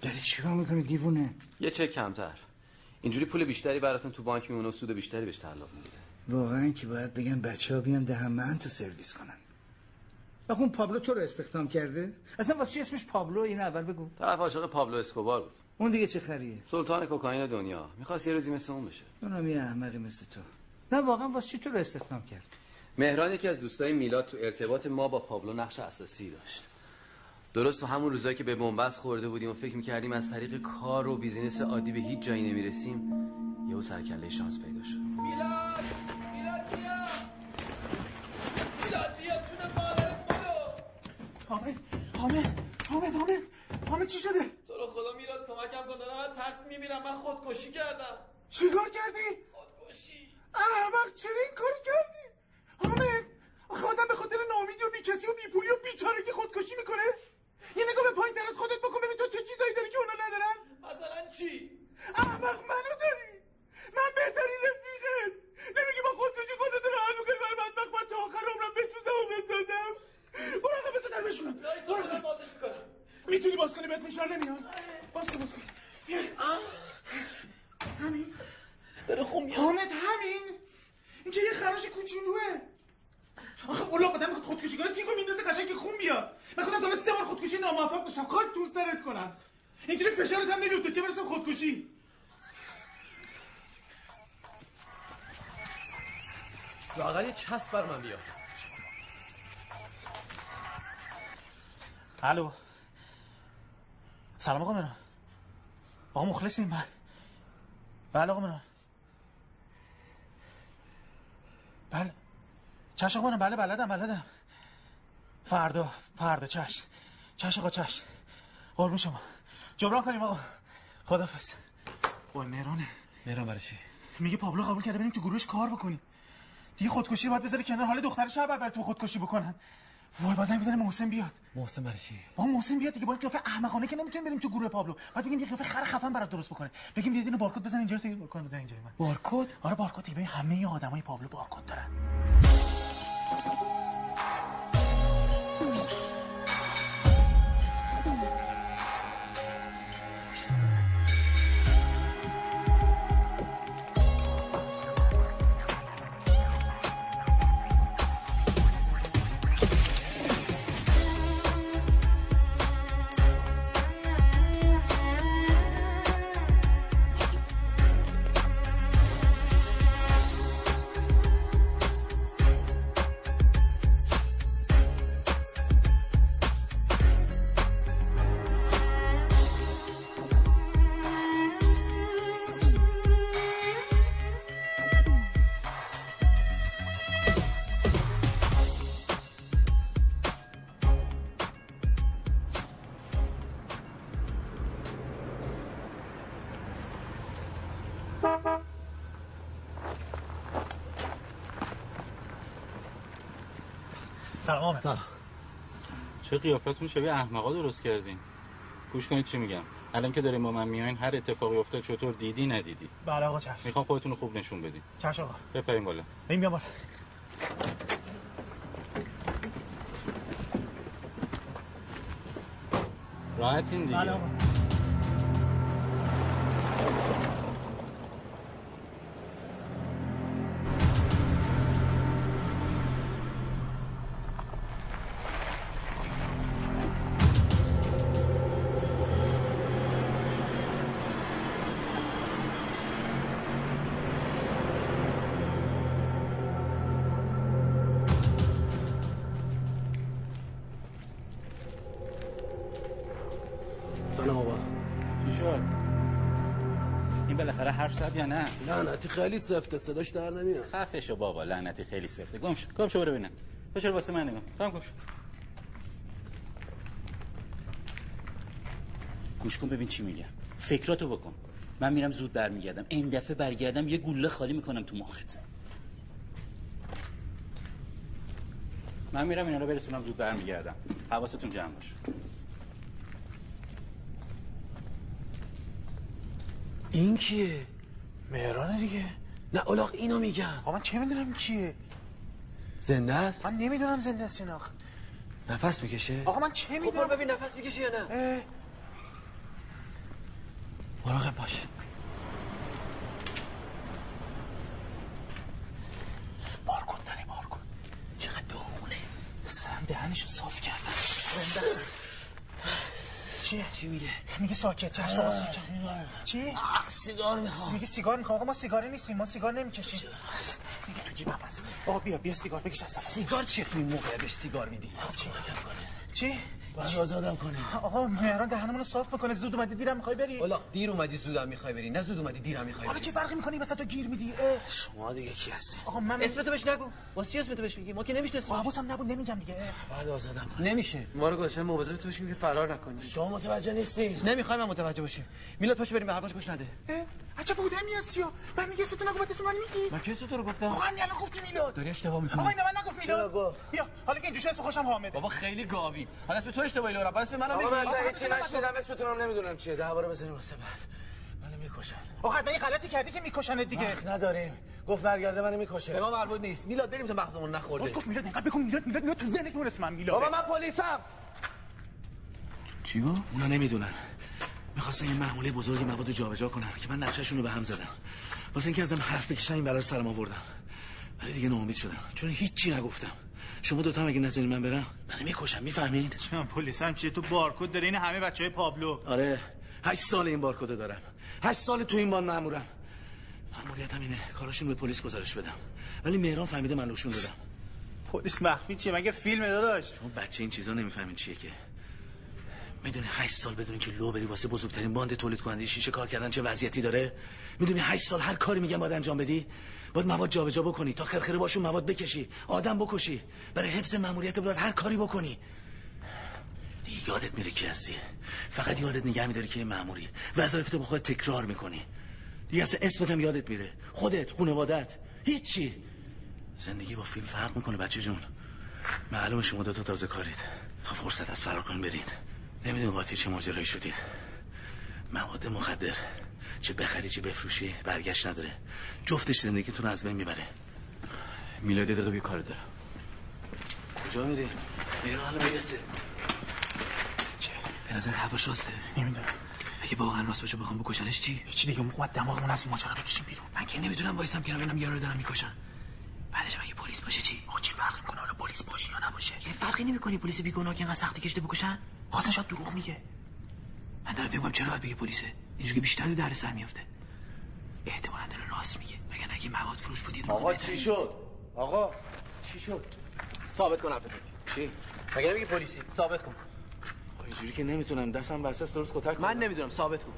[SPEAKER 5] داری چیکار میکنی دیوونه
[SPEAKER 3] یه چک کمتر اینجوری پول بیشتری براتون تو بانک میمونه و سود بیشتری بهش تعلق میگیره
[SPEAKER 5] واقعا که باید بگن بچه ها بیان دهن من تو سرویس کنن آخه اون پابلو تو رو استخدام کرده اصلا واسه چی اسمش پابلو این اول بگو
[SPEAKER 3] طرف عاشق پابلو اسکوبار بود
[SPEAKER 5] اون دیگه چه خریه
[SPEAKER 3] سلطان کوکائین دنیا میخواست یه روزی مثل اون بشه
[SPEAKER 5] اونم یه احمقی مثل تو نه واقعا واسه چی تو رو استخدام کرد
[SPEAKER 3] مهران یکی از دوستای میلاد تو ارتباط ما با پابلو نقش اساسی داشت درست تو همون روزایی که به بنبست خورده بودیم و فکر میکردیم از طریق کار و بیزینس عادی به هیچ جایی نمیرسیم یهو سرکله شانس پیدا شد
[SPEAKER 31] میلاد میلاد بیا میلاد بیا جون مادرت بلو
[SPEAKER 7] حامد حامد حامد حامد حامد چی شده
[SPEAKER 32] تو رو خدا میلاد کمکم کن دارم از ترس میمیرم من خودکشی کردم
[SPEAKER 7] چیکار کردی
[SPEAKER 32] خودکشی
[SPEAKER 7] احمق چرا این کارو کردی حامد آخه آدم به خاطر ناامیدی و بیکسی و بیپولی و بیچارگی خودکشی میکنه یه نگاه به پایین دراز خودت بکن ببین تو چه چیزایی داری که اونا ندارن
[SPEAKER 32] مثلا چی
[SPEAKER 7] احمق منو داری من بهترین رفیقت نمیگی با خودکشی خودت رو حل میکنی برای بدبخت من تا آخر عمرم بسوزم و بسازم برو آقا بسه در بشونم برو آقا بازش میکنم آره. میتونی باز کنی بهت فشار نمیاد باز کن باز کن بیا. همین داره خون میاد حامد همین اینکه یه خراش کوچولوه آخه اولا آدم میخواد خودکشی کنه تیکو میندازه قشنگ که خون بیا من خودم تا سه بار خودکشی ناموفق داشتم خاک تو سرت کنم اینجوری فشارت هم نمیفته چه برسه به خودکشی
[SPEAKER 2] لاغر یه چسب بر من بیار
[SPEAKER 1] الو سلام آقا مهران آقا مخلصیم بله بله آقا مهران بله چشم آقا مهران بله بلدم بلدم فردا فردا چشم چشم آقا چشم قربون شما جبران کنیم آقا خدافز وای مهرانه
[SPEAKER 2] مهران برای چی
[SPEAKER 1] میگه پابلو قبول کرده بریم تو گروهش کار بکنیم دیگه خودکشی رو باید بذاری کنار حال دخترش هم بر تو خودکشی بکنن وای بازم میزنه محسن بیاد
[SPEAKER 2] محسن برای چی
[SPEAKER 1] با محسن بیاد دیگه با این قیافه احمقانه که نمیتونیم بریم تو گروه پابلو بعد بگیم یه قیافه خر خفن برات درست بکنه بگیم بیاد اینو بارکد بزن اینجا تو یه بارکد بزن اینجا من
[SPEAKER 2] بارکد
[SPEAKER 1] آره بارکد دیگه ببین همه آدمای پابلو بارکد دارن سلام آمد
[SPEAKER 5] چه قیافتون شبیه احمقا درست کردین گوش کنید چی میگم الان که داریم با من میایین هر اتفاقی افتاد چطور دیدی ندیدی
[SPEAKER 1] بله آقا چشم
[SPEAKER 5] میخوام خودتون رو خوب نشون بدین
[SPEAKER 1] چشم آقا
[SPEAKER 5] بپرین بالا
[SPEAKER 1] بریم بیا بالا
[SPEAKER 5] راحتین دیگه
[SPEAKER 1] بله آقا
[SPEAKER 5] سلام آقا چی شد این بالاخره حرف زد یا نه
[SPEAKER 21] لعنتی خیلی سفته صداش در نمیاد
[SPEAKER 5] خفه شو بابا لعنتی خیلی سفته گم شو گم شو برو ببینم تو چرا واسه من نگم تو هم گم شو گوش کن ببین چی میگم فکراتو بکن من میرم زود برمیگردم این دفعه برگردم یه گوله خالی میکنم تو مخت من میرم اینا رو برسونم زود برمیگردم حواستون جمع باشه
[SPEAKER 1] این کیه مهرانه دیگه
[SPEAKER 2] نه الاغ اینو میگم
[SPEAKER 1] آقا من چه میدونم کیه
[SPEAKER 2] زنده است
[SPEAKER 1] من نمیدونم زنده است یا نه آخه.
[SPEAKER 2] نفس میکشه
[SPEAKER 1] آقا من
[SPEAKER 13] خب
[SPEAKER 1] چه میدونم
[SPEAKER 32] ببین نفس میکشه یا نه
[SPEAKER 2] مراقب باش
[SPEAKER 1] بارکن داره بارکن چقدر داغونه سرم دهنشو صاف کردم زنده است.
[SPEAKER 8] چیه؟ چی میگه؟ میگه ساکت چشم آقا ساکت چی؟ آخ سیگار میخوام میگه سیگار میخوام آقا ما سیگاری نیستیم ما سیگار نمیکشیم میگه تو جیبم هست آقا بیا بیا سیگار بکش از سیگار چیه توی موقع بهش سیگار میدی؟ چی چی؟
[SPEAKER 21] باید آزادم کنی
[SPEAKER 8] آقا مهران دهنمون رو صاف میکنه زود اومدی دیرم میخوای بری
[SPEAKER 13] والا دیر اومدی زودم میخوای بری نه زود اومدی دیرم میخوای
[SPEAKER 8] حالا
[SPEAKER 13] بری
[SPEAKER 8] چه فرقی میکنه مثلا تو گیر میدی اه.
[SPEAKER 21] شما دیگه کی هستی
[SPEAKER 8] آقا من
[SPEAKER 13] اسمتو بهش نگو واسه چی اسمتو بهش میگی ما که نمیشناسیم
[SPEAKER 8] حواسم نبود نمیگم دیگه اه.
[SPEAKER 21] بعد آزادم
[SPEAKER 13] نمیشه ما رو گذاشتن مواظب تو باشیم که فرار نکنی
[SPEAKER 21] شما متوجه نیستی
[SPEAKER 13] نمیخوای من متوجه باشیم میلاد پاشو بریم به حرفاش گوش نده
[SPEAKER 8] اه. عجب بودمی هستی ها من میگه اسمتو نگو بعد اسم من میگی
[SPEAKER 13] من کی اسم تو رو گفتم
[SPEAKER 8] آقا همین الان گفتی میلاد
[SPEAKER 13] داری اشتباه میکنی
[SPEAKER 8] آقا اینو من نگفت میلاد بیا حالا که اینجوری اسم خوشم حامده
[SPEAKER 13] بابا خیلی گاوی حالا اسم تو اشتباهی لورا اسم منو
[SPEAKER 21] آقا
[SPEAKER 13] میگی
[SPEAKER 21] من اصلا هیچی نشنیدم اسمتونم نمیدونم چیه درباره بزنیم واسه بعد منو میکشن
[SPEAKER 8] آقا حتما یه غلطی کردی که میکشنت دیگه
[SPEAKER 21] وقت نداریم گفت برگرده منو میکشه
[SPEAKER 13] به ما مربوط نیست میلاد بریم تا مغزمون نخورده
[SPEAKER 8] باز گفت میلاد انقدر بگو میلاد میلاد میلاد تو ذهنش مون اسمم میلاد
[SPEAKER 21] بابا من پلیسم
[SPEAKER 5] چی گفت؟
[SPEAKER 21] اونا نمیدونن میخواستن یه محموله بزرگ مواد رو جابجا کنن که من نقشه‌شون رو به هم زدم واسه اینکه ازم حرف بکشن این برای سرم آوردم ولی دیگه ناامید شدم چون هیچی نگفتم شما دوتا هم اگه نذارین من برم منو میکشم میفهمید
[SPEAKER 1] من پلیسم چیه تو بارکد داره این همه بچه های پابلو
[SPEAKER 21] آره هشت سال این بارکدو دارم هشت سال تو این بان مامورم ماموریتم اینه کاراشون به پلیس گزارش بدم ولی مهران فهمیده من لوشون دادم
[SPEAKER 1] پلیس مخفی چیه مگه فیلم داداش
[SPEAKER 21] شما بچه این چیزا نمیفهمین چیه که میدونی هشت سال بدون که لو بری واسه بزرگترین باند تولید کننده شیشه کار کردن چه وضعیتی داره میدونی هشت سال هر کاری میگن باید انجام بدی باید مواد جابجا بکنی تا خرخره باشون مواد بکشی آدم بکشی برای حفظ ماموریت باید هر کاری بکنی دیگه یادت میره کی هستی فقط یادت نگه میداری که یه ماموری وظایف تو با خودت تکرار میکنی دیگه اصلا اسمت هم یادت میره خودت خانوادت هیچی زندگی با فیلم فرق میکنه بچه جون معلومه شما دوتا تازه کارید تا فرصت از فرار کن برید نمیدون قاطی چه ماجرایی شدید مواد مخدر چه بخری چه بفروشی برگشت نداره جفتش زندگیتون رو از بین میبره
[SPEAKER 13] میلاد یه دقیقه بی کارت دارم
[SPEAKER 21] کجا میری؟ ایران میرسه چه؟ به نظر حرفش راسته
[SPEAKER 8] نمیدونم
[SPEAKER 21] اگه واقعا راست باشه بخوام بکشنش چی؟
[SPEAKER 8] هیچی دیگه مقومت دماغمون از این ماجرا بکشیم بیرون
[SPEAKER 21] من که نمیدونم وایسم کنار ببینم یارو رو دارن میکشن بعدش اگه پلیس باشه چی؟
[SPEAKER 8] آقا چه فرقی میکنه حالا پلیس باشه یا نباشه
[SPEAKER 21] یه فرقی نمیکنه پلیس بیگناه که اینقدر سختی کشته بکشن
[SPEAKER 8] خواستن شاید دروغ میگه
[SPEAKER 21] من دارم فکر می‌کنم چرا باید بگه پلیسه اینجوری که بیشتر رو در سر میفته احتمالاً داره راست میگه مگر اگه مواد فروش بودید
[SPEAKER 13] آقا چی شد آقا چی شد ثابت کن حرفتو چی مگه نمیگی پلیسی ثابت کن
[SPEAKER 33] اینجوری که نمیتونم دستم بسته است درست کتک
[SPEAKER 13] من نمیدونم ثابت کن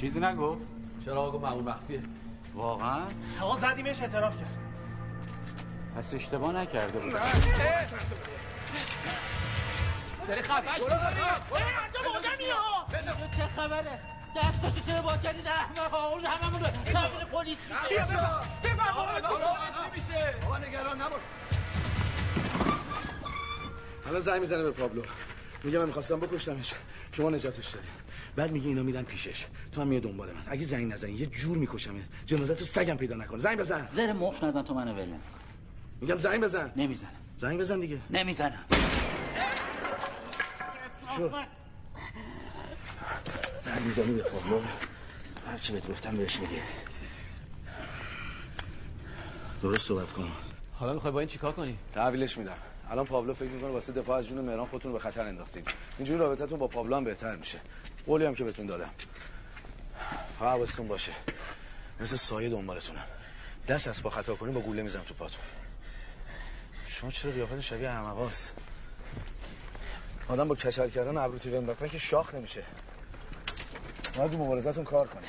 [SPEAKER 15] چیزی نگفت
[SPEAKER 13] چرا آقا معمول مخفیه
[SPEAKER 15] واقعا
[SPEAKER 8] آقا زدیمش اعتراف کرد
[SPEAKER 15] پس اشتباه نکرده بود
[SPEAKER 13] داری خفش
[SPEAKER 7] چه خبره دستاشو چرا با کردین احمق آورد هممون رو تحویل پلیس بیا
[SPEAKER 13] آقا نگران نباش
[SPEAKER 21] حالا زنگ میزنه به پابلو میگه من میخواستم بکشتمش شما نجاتش دادی بعد میگه اینا میدن پیشش تو هم میای دنبال من اگه زنگ نزنی یه جور میکشمت جنازه تو سگم پیدا نکن زنگ بزن
[SPEAKER 7] زر مفت نزن تو منو ول نکن.
[SPEAKER 21] میگم زنگ بزن
[SPEAKER 7] نمیزنم
[SPEAKER 21] زنگ بزن دیگه
[SPEAKER 7] نمیزنم
[SPEAKER 21] زنگ میزنی به پابلو هرچی بهت گفتم بهش میگه درست صحبت کن
[SPEAKER 13] حالا میخوای با این چیکار کنی
[SPEAKER 21] تحویلش میدم الان پابلو فکر میکنه واسه دفاع از جون مهران خودتون رو به خطر انداختین اینجوری رابطتون با پابلو هم بهتر میشه قولی هم که بهتون دادم ها حواستون باشه مثل سایه دنبالتونم دست از پا خطا کنی با گوله میزنم تو پاتون شما چرا قیافت شبیه احمقاست آدم با کچل کردن و ابرو تیره انداختن که شاخ نمیشه باید رو مبارزتون کار کنید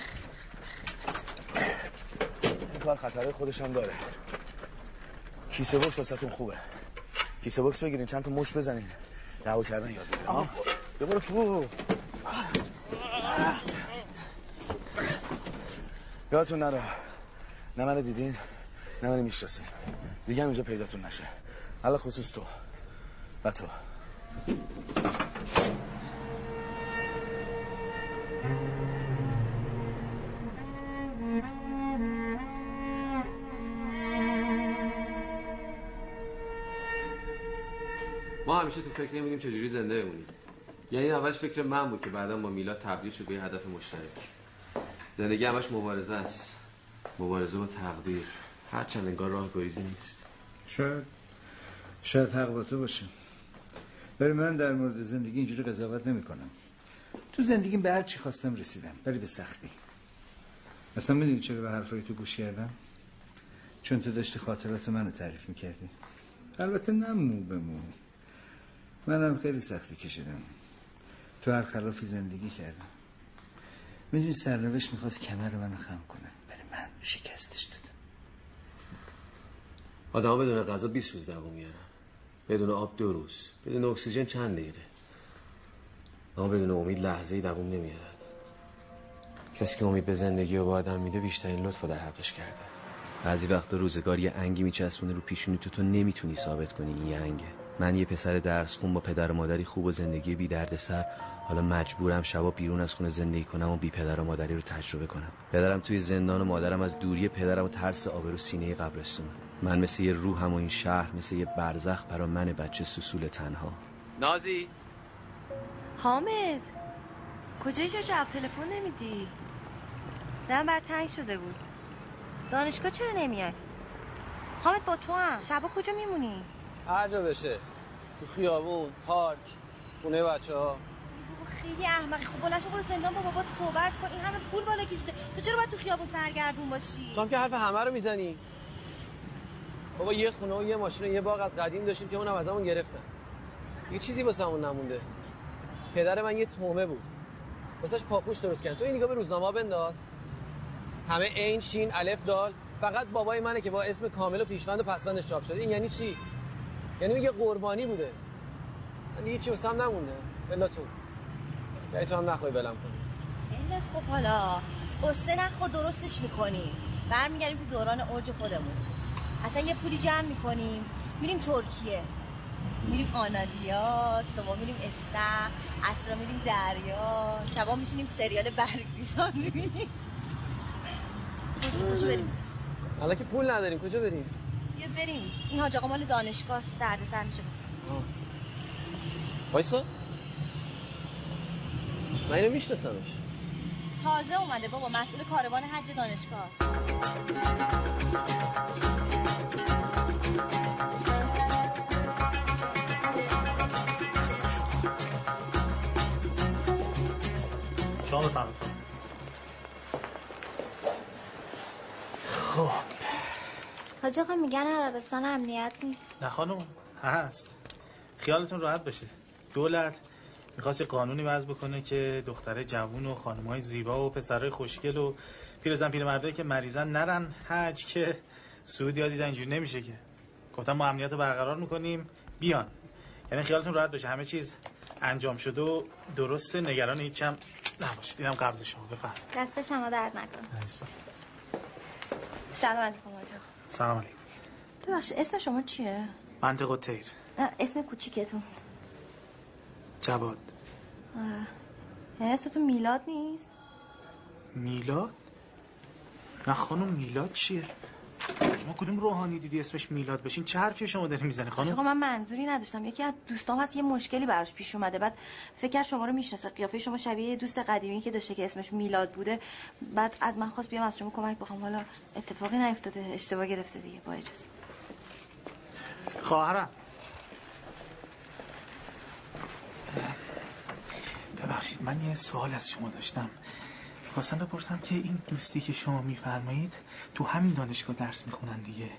[SPEAKER 21] این کار خطرهای خودش هم داره کیسه بکس واسهتون خوبه کیسه باکس بگیرین چند تا مش بزنین دعوا کردن یاد بگیرین ها بیا برو تو یادتون نره نه منو دیدین نه منو میشناسین دیگه هم اینجا پیداتون نشه حالا خصوص تو و تو
[SPEAKER 13] ما
[SPEAKER 3] ما همیشه تو فکر این بودیم چجوری زنده بمونیم یعنی اولش فکر من بود که بعدا با میلاد تبدیل شد به یه هدف مشترک زندگی همش مبارزه است مبارزه با تقدیر هرچند انگار راه گریزی نیست
[SPEAKER 34] شاید شاید حق با تو باشه ولی من در مورد زندگی اینجوری قضاوت نمی کنم تو زندگیم به هر چی خواستم رسیدم ولی به سختی اصلا میدونی چرا به حرفای تو گوش کردم چون تو داشتی خاطرات منو تعریف میکردی البته نه مو به مو منم خیلی سختی کشیدم تو هر خلافی زندگی کردم میدونی سرنوشت میخواست کمر منو خم کنه ولی من شکستش دادم
[SPEAKER 3] آدما بدون غذا 20 روز دوام میارن بدون آب دو روز بدون اکسیژن چند دقیقه اما بدون امید لحظه ای دوام نمیارن کسی که امید به زندگی و با آدم میده بیشترین لطف رو در حقش کرده
[SPEAKER 11] بعضی وقتا روزگار یه انگی میچسبونه رو پیشونی تو تو نمیتونی ثابت کنی این یه انگه من یه پسر درس خون با پدر و مادری خوب و زندگی بی درد سر حالا مجبورم شبا بیرون از خونه زندگی کنم و بی پدر و مادری رو تجربه کنم پدرم توی زندان و مادرم از دوری پدرم و ترس آبرو سینه قبرستون من مثل یه روحم و این شهر مثل یه برزخ برا من بچه سسول تنها
[SPEAKER 3] نازی
[SPEAKER 12] حامد کجایی چرا جواب تلفن نمیدی زن بر تنگ شده بود دانشگاه چرا نمیای حامد با تو هم شبا کجا میمونی
[SPEAKER 2] هر جا بشه تو خیابون پارک خونه بچه ها
[SPEAKER 12] خیلی احمقی خب بلند شو برو زندان با بابات صحبت کن این همه پول بالا کشیده تو چرا باید تو خیابون سرگردون باشی
[SPEAKER 2] تو هم خب، که حرف همه رو میزنی بابا یه خونه و یه ماشین و یه باغ از قدیم داشتیم که اونم از همون گرفتن یه چیزی واسه همون نمونده پدر من یه تومه بود واسش پاپوش درست کردن تو این نگاه به روزنامه بنداز همه عین شین الف دال فقط بابای منه که با اسم کامل و پیشوند و پسوندش چاپ شده این یعنی چی یعنی میگه قربانی بوده من دیگه چی واسم نمونده بلا تو یعنی تو هم نخوای بلم کنی
[SPEAKER 12] خیلی خب حالا قصه نخور درستش میکنی برمیگردیم تو دوران اوج خودمون اصلا یه پولی جمع میکنیم میریم ترکیه میریم آنالیا صبح میریم استخ اصرا میریم دریا شبا میشینیم سریال برگریزان میبینیم خب، کجا بریم
[SPEAKER 2] الان که پول نداریم کجا بریم
[SPEAKER 12] بیا بریم این حاج آقا مال دانشگاه است دردسر میشه بس.
[SPEAKER 2] وایسا من اینو میشناسمش
[SPEAKER 12] تازه اومده بابا مسئول کاروان حج دانشگاه است.
[SPEAKER 1] شما بفرمایید
[SPEAKER 34] خب
[SPEAKER 9] حاج آقا میگن عربستان امنیت نیست
[SPEAKER 1] نه خانم هست خیالتون راحت باشه دولت میخواست یه قانونی وضع بکنه که دختره جوون و خانمهای زیبا و پسرهای خوشگل و پیرزن پیرمردایی که مریضن نرن حج که سعودی ها دیدن اینجوری نمیشه که گفتم ما امنیت رو برقرار میکنیم بیان یعنی خیالتون راحت باشه همه چیز انجام شده و درست نگران هیچم نباشید اینم قبض شما بفرمایید
[SPEAKER 9] دست شما درد نکنه
[SPEAKER 12] سلام علیکم حاج آقا
[SPEAKER 1] سلام علیکم
[SPEAKER 12] ببخشید اسم شما چیه
[SPEAKER 1] منطقه تیر
[SPEAKER 12] نه اسم کوچیکتون
[SPEAKER 1] جواد
[SPEAKER 12] آه. یعنی اسمتون میلاد نیست
[SPEAKER 1] میلاد نه خانم میلاد چیه شما کدوم روحانی دیدی اسمش میلاد بشین چه حرفی شما داری میزنی
[SPEAKER 12] حاج آقا
[SPEAKER 1] خانم
[SPEAKER 12] من منظوری نداشتم یکی از دوستام هست یه مشکلی براش پیش اومده بعد فکر کرد شما رو میشناسه قیافه شما شبیه یه دوست قدیمی که داشته که اسمش میلاد بوده بعد از من خواست بیام از شما کمک بخوام حالا اتفاقی نیفتاده اشتباه گرفته دیگه با اجازه
[SPEAKER 1] خواهرم ببخشید من یه سوال از شما داشتم خواستم بپرسم که این دوستی که شما میفرمایید تو همین دانشگاه درس میخونن دیگه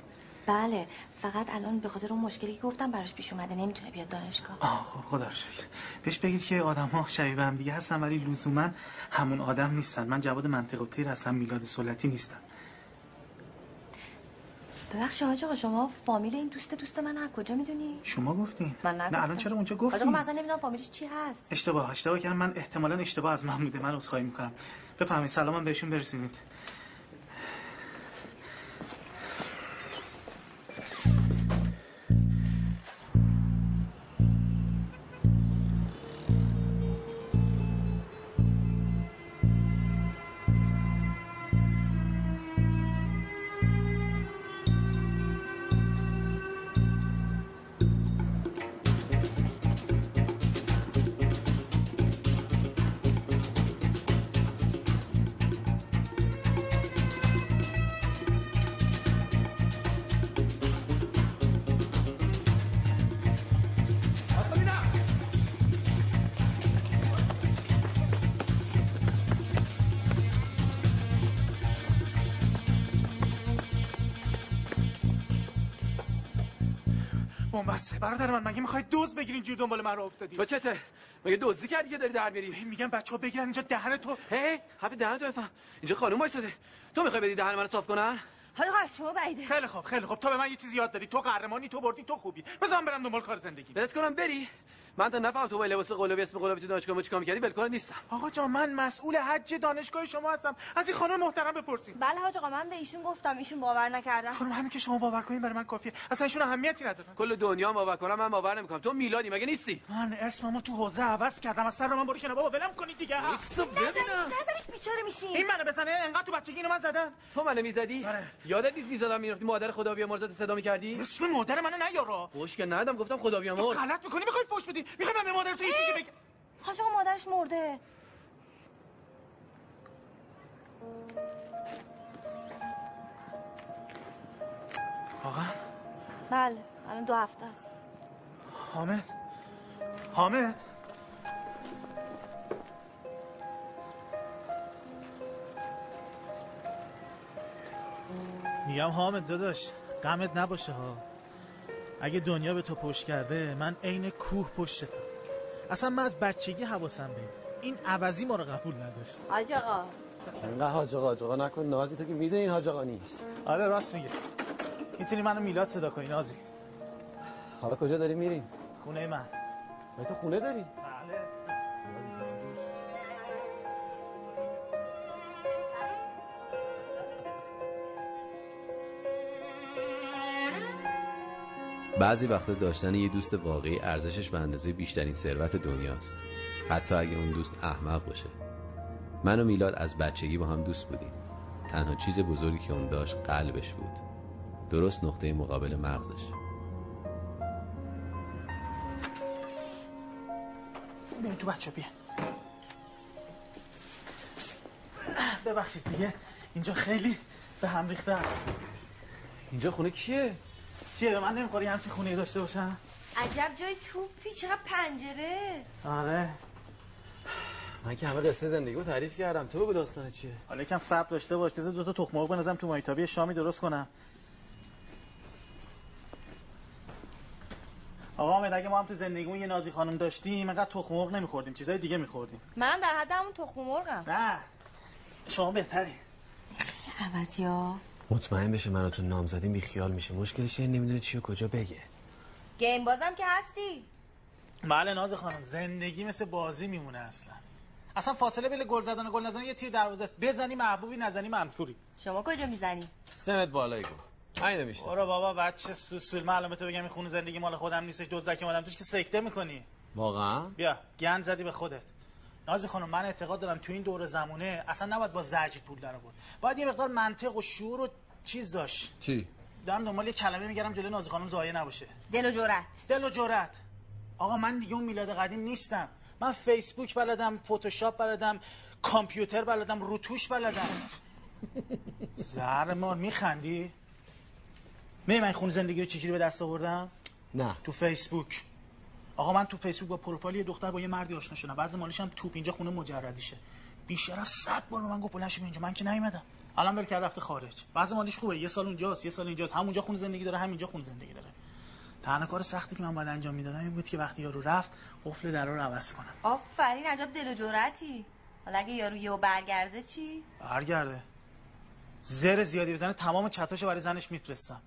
[SPEAKER 12] بله فقط الان به خاطر اون مشکلی که گفتم براش پیش اومده نمیتونه بیاد دانشگاه
[SPEAKER 1] آه خب خدا رو شکر بهش بگید که آدم ها شبیه هم دیگه هستن ولی لزوما همون آدم نیستن من جواد منطقه و تیر هستم میلاد سلطی نیستم
[SPEAKER 12] ببخشید حاج آقا شما فامیل این دوست دوست من از کجا میدونی
[SPEAKER 1] شما گفتین
[SPEAKER 12] من
[SPEAKER 1] نه الان چرا اونجا گفتین
[SPEAKER 12] حاج آقا من اصلا نمیدونم فامیلش چی هست
[SPEAKER 1] اشتباه اشتباه کردم من احتمالا اشتباه از من بوده من عذرخواهی میکنم بفهمید سلامم بهشون برسونید
[SPEAKER 8] بنبسته برادر من مگه میخوای دوز بگیرین اینجوری دنبال من رو افتادی
[SPEAKER 2] تو چته مگه دزدی کردی که داری در میری
[SPEAKER 8] میگم بچه‌ها بگیرن اینجا دهن تو
[SPEAKER 2] هی حرف دهن تو بفهم اینجا خانم وایساده تو میخوای بدی دهن منو صاف کنن
[SPEAKER 8] حالا شما بعیده خیلی خوب خیلی خوب تو به من یه چیزی یاد دادی تو قهرمانی تو بردی تو خوبی بذار من برم دنبال کار زندگی
[SPEAKER 2] ولت کنم بری من تا نفهم تو با لباس قلابی اسم قلابی تو دانشگاه ما چیکار می‌کردی ول کنم نیستم
[SPEAKER 8] آقا جان من مسئول حج دانشگاه شما هستم از این خانم محترم بپرسید
[SPEAKER 12] بله حاج آقا من به ایشون گفتم ایشون باور نکردن
[SPEAKER 8] خانم همین که شما باور کنین برای من کافیه اصلا ایشون اهمیتی نداره
[SPEAKER 2] کل دنیا باور کنم من باور نمیکنم تو میلادی مگه نیستی
[SPEAKER 8] من اسممو تو حوزه عوض کردم از سر من برو کنار بابا ولم کنید دیگه
[SPEAKER 2] نیست، ببینم.
[SPEAKER 8] نظرش بیچاره میشین این منو بزنه انقدر تو بچگی اینو من آره. زدن
[SPEAKER 2] تو منو میزدی یادت نیست میزدم میرفتی مادر خدا بیامرزت صدا میکردی
[SPEAKER 8] اسم مادر منو نیارا
[SPEAKER 2] خوش که ندم گفتم خدا بیامرز
[SPEAKER 8] غلط میکنی میخوای فوش بدی میخوای من به مادر تو یه چیزی بگم
[SPEAKER 12] حاج آقا مادرش مرده
[SPEAKER 8] واقعا
[SPEAKER 12] بله الان دو هفته است
[SPEAKER 8] حامد حامد
[SPEAKER 1] میگم حامد داداش غمت نباشه ها اگه دنیا به تو پشت کرده من عین کوه پشتم اصلا من از بچگی حواسم به این. این عوضی ما رو قبول نداشت
[SPEAKER 12] حاج آقا
[SPEAKER 3] انقدر حاج آقا حاج آقا نکن نازی تو که میدونی این حاج آقا نیست
[SPEAKER 1] آره راست میگه میتونی منو میلاد صدا کنی نازی
[SPEAKER 3] حالا کجا داری میری
[SPEAKER 1] خونه من
[SPEAKER 3] مگه تو خونه داری
[SPEAKER 1] بله
[SPEAKER 11] بعضی وقتا داشتن یه دوست واقعی ارزشش به اندازه بیشترین ثروت دنیاست حتی اگه اون دوست احمق باشه من و میلاد از بچگی با هم دوست بودیم تنها چیز بزرگی که اون داشت قلبش بود درست نقطه مقابل مغزش
[SPEAKER 8] بیا تو بچه بیا ببخشید دیگه اینجا خیلی به هم ریخته است
[SPEAKER 2] اینجا خونه کیه
[SPEAKER 1] چیه به من نمیخوری همچی خونه داشته باشم
[SPEAKER 12] عجب جای توپی چقدر پنجره
[SPEAKER 1] آره
[SPEAKER 2] من که همه قصه زندگیمو تعریف کردم تو بگو داستان چیه
[SPEAKER 1] حالا یکم صبر داشته باش بذار دو تا تخم مرغ بنازم تو مایتابی شامی درست کنم آقا حامد اگه ما هم تو زندگیمون یه نازی خانم داشتیم انقدر تخم مرغ نمیخوردیم چیزای دیگه میخوردیم
[SPEAKER 12] من در حد همون تخم مرغم
[SPEAKER 8] بله.
[SPEAKER 1] نه شما بهتری
[SPEAKER 12] عوضی ها
[SPEAKER 13] مطمئن بشه منو تو نام زدیم بی خیال میشه مشکلش اینه نمیدونه چی و کجا بگه
[SPEAKER 12] گیم بازم که هستی
[SPEAKER 1] بله ناز خانم زندگی مثل بازی میمونه اصلا اصلا فاصله بین گل زدن و گل نزدن یه تیر دروازه است بزنی محبوبی نزنی منفوری
[SPEAKER 12] شما کجا میزنی
[SPEAKER 13] سنت بالایی کن من اینو میشناسم.
[SPEAKER 1] برو بابا بچه سوسول من الان به تو بگم این خونه زندگی مال خودم نیستش دزدک اومدم توش که سکته میکنی
[SPEAKER 13] واقعا
[SPEAKER 1] بیا گند زدی به خودت نازی خانم من اعتقاد دارم تو این دور زمونه اصلا نباید با زرج پول در آورد باید یه مقدار منطق و شعور و چیز داشت
[SPEAKER 13] چی
[SPEAKER 1] دارم دنبال یه کلمه میگردم جلوی نازی خانم زایه نباشه
[SPEAKER 12] دل و جرأت
[SPEAKER 1] دل و جرأت آقا من دیگه اون میلاد قدیم نیستم من فیسبوک بلدم فتوشاپ بلدم کامپیوتر بلدم روتوش بلدم زهر مار میخندی می من خون زندگی رو چجوری به دست آوردم
[SPEAKER 13] نه
[SPEAKER 1] تو فیسبوک آقا من تو فیسبوک با پروفایل یه دختر با یه مردی آشنا شدم بعضی مالش هم توپ اینجا خونه مجردیشه بیشرف صد بار به من گفت بلند شو بیا اینجا من که نیومدم الان ول کرد رفته خارج بعضی مالش خوبه یه سال اونجاست یه سال اینجاست همونجا خون زندگی داره همینجا خون زندگی داره تنها کار سختی که من باید انجام میدادم این بود که وقتی یارو رفت قفل درا رو عوض کنم
[SPEAKER 12] آفرین عجب دل و جرأتی حالا اگه یارو یهو برگرده چی
[SPEAKER 1] برگرده زر زیادی بزنه تمام چتاشو برای زنش میفرستم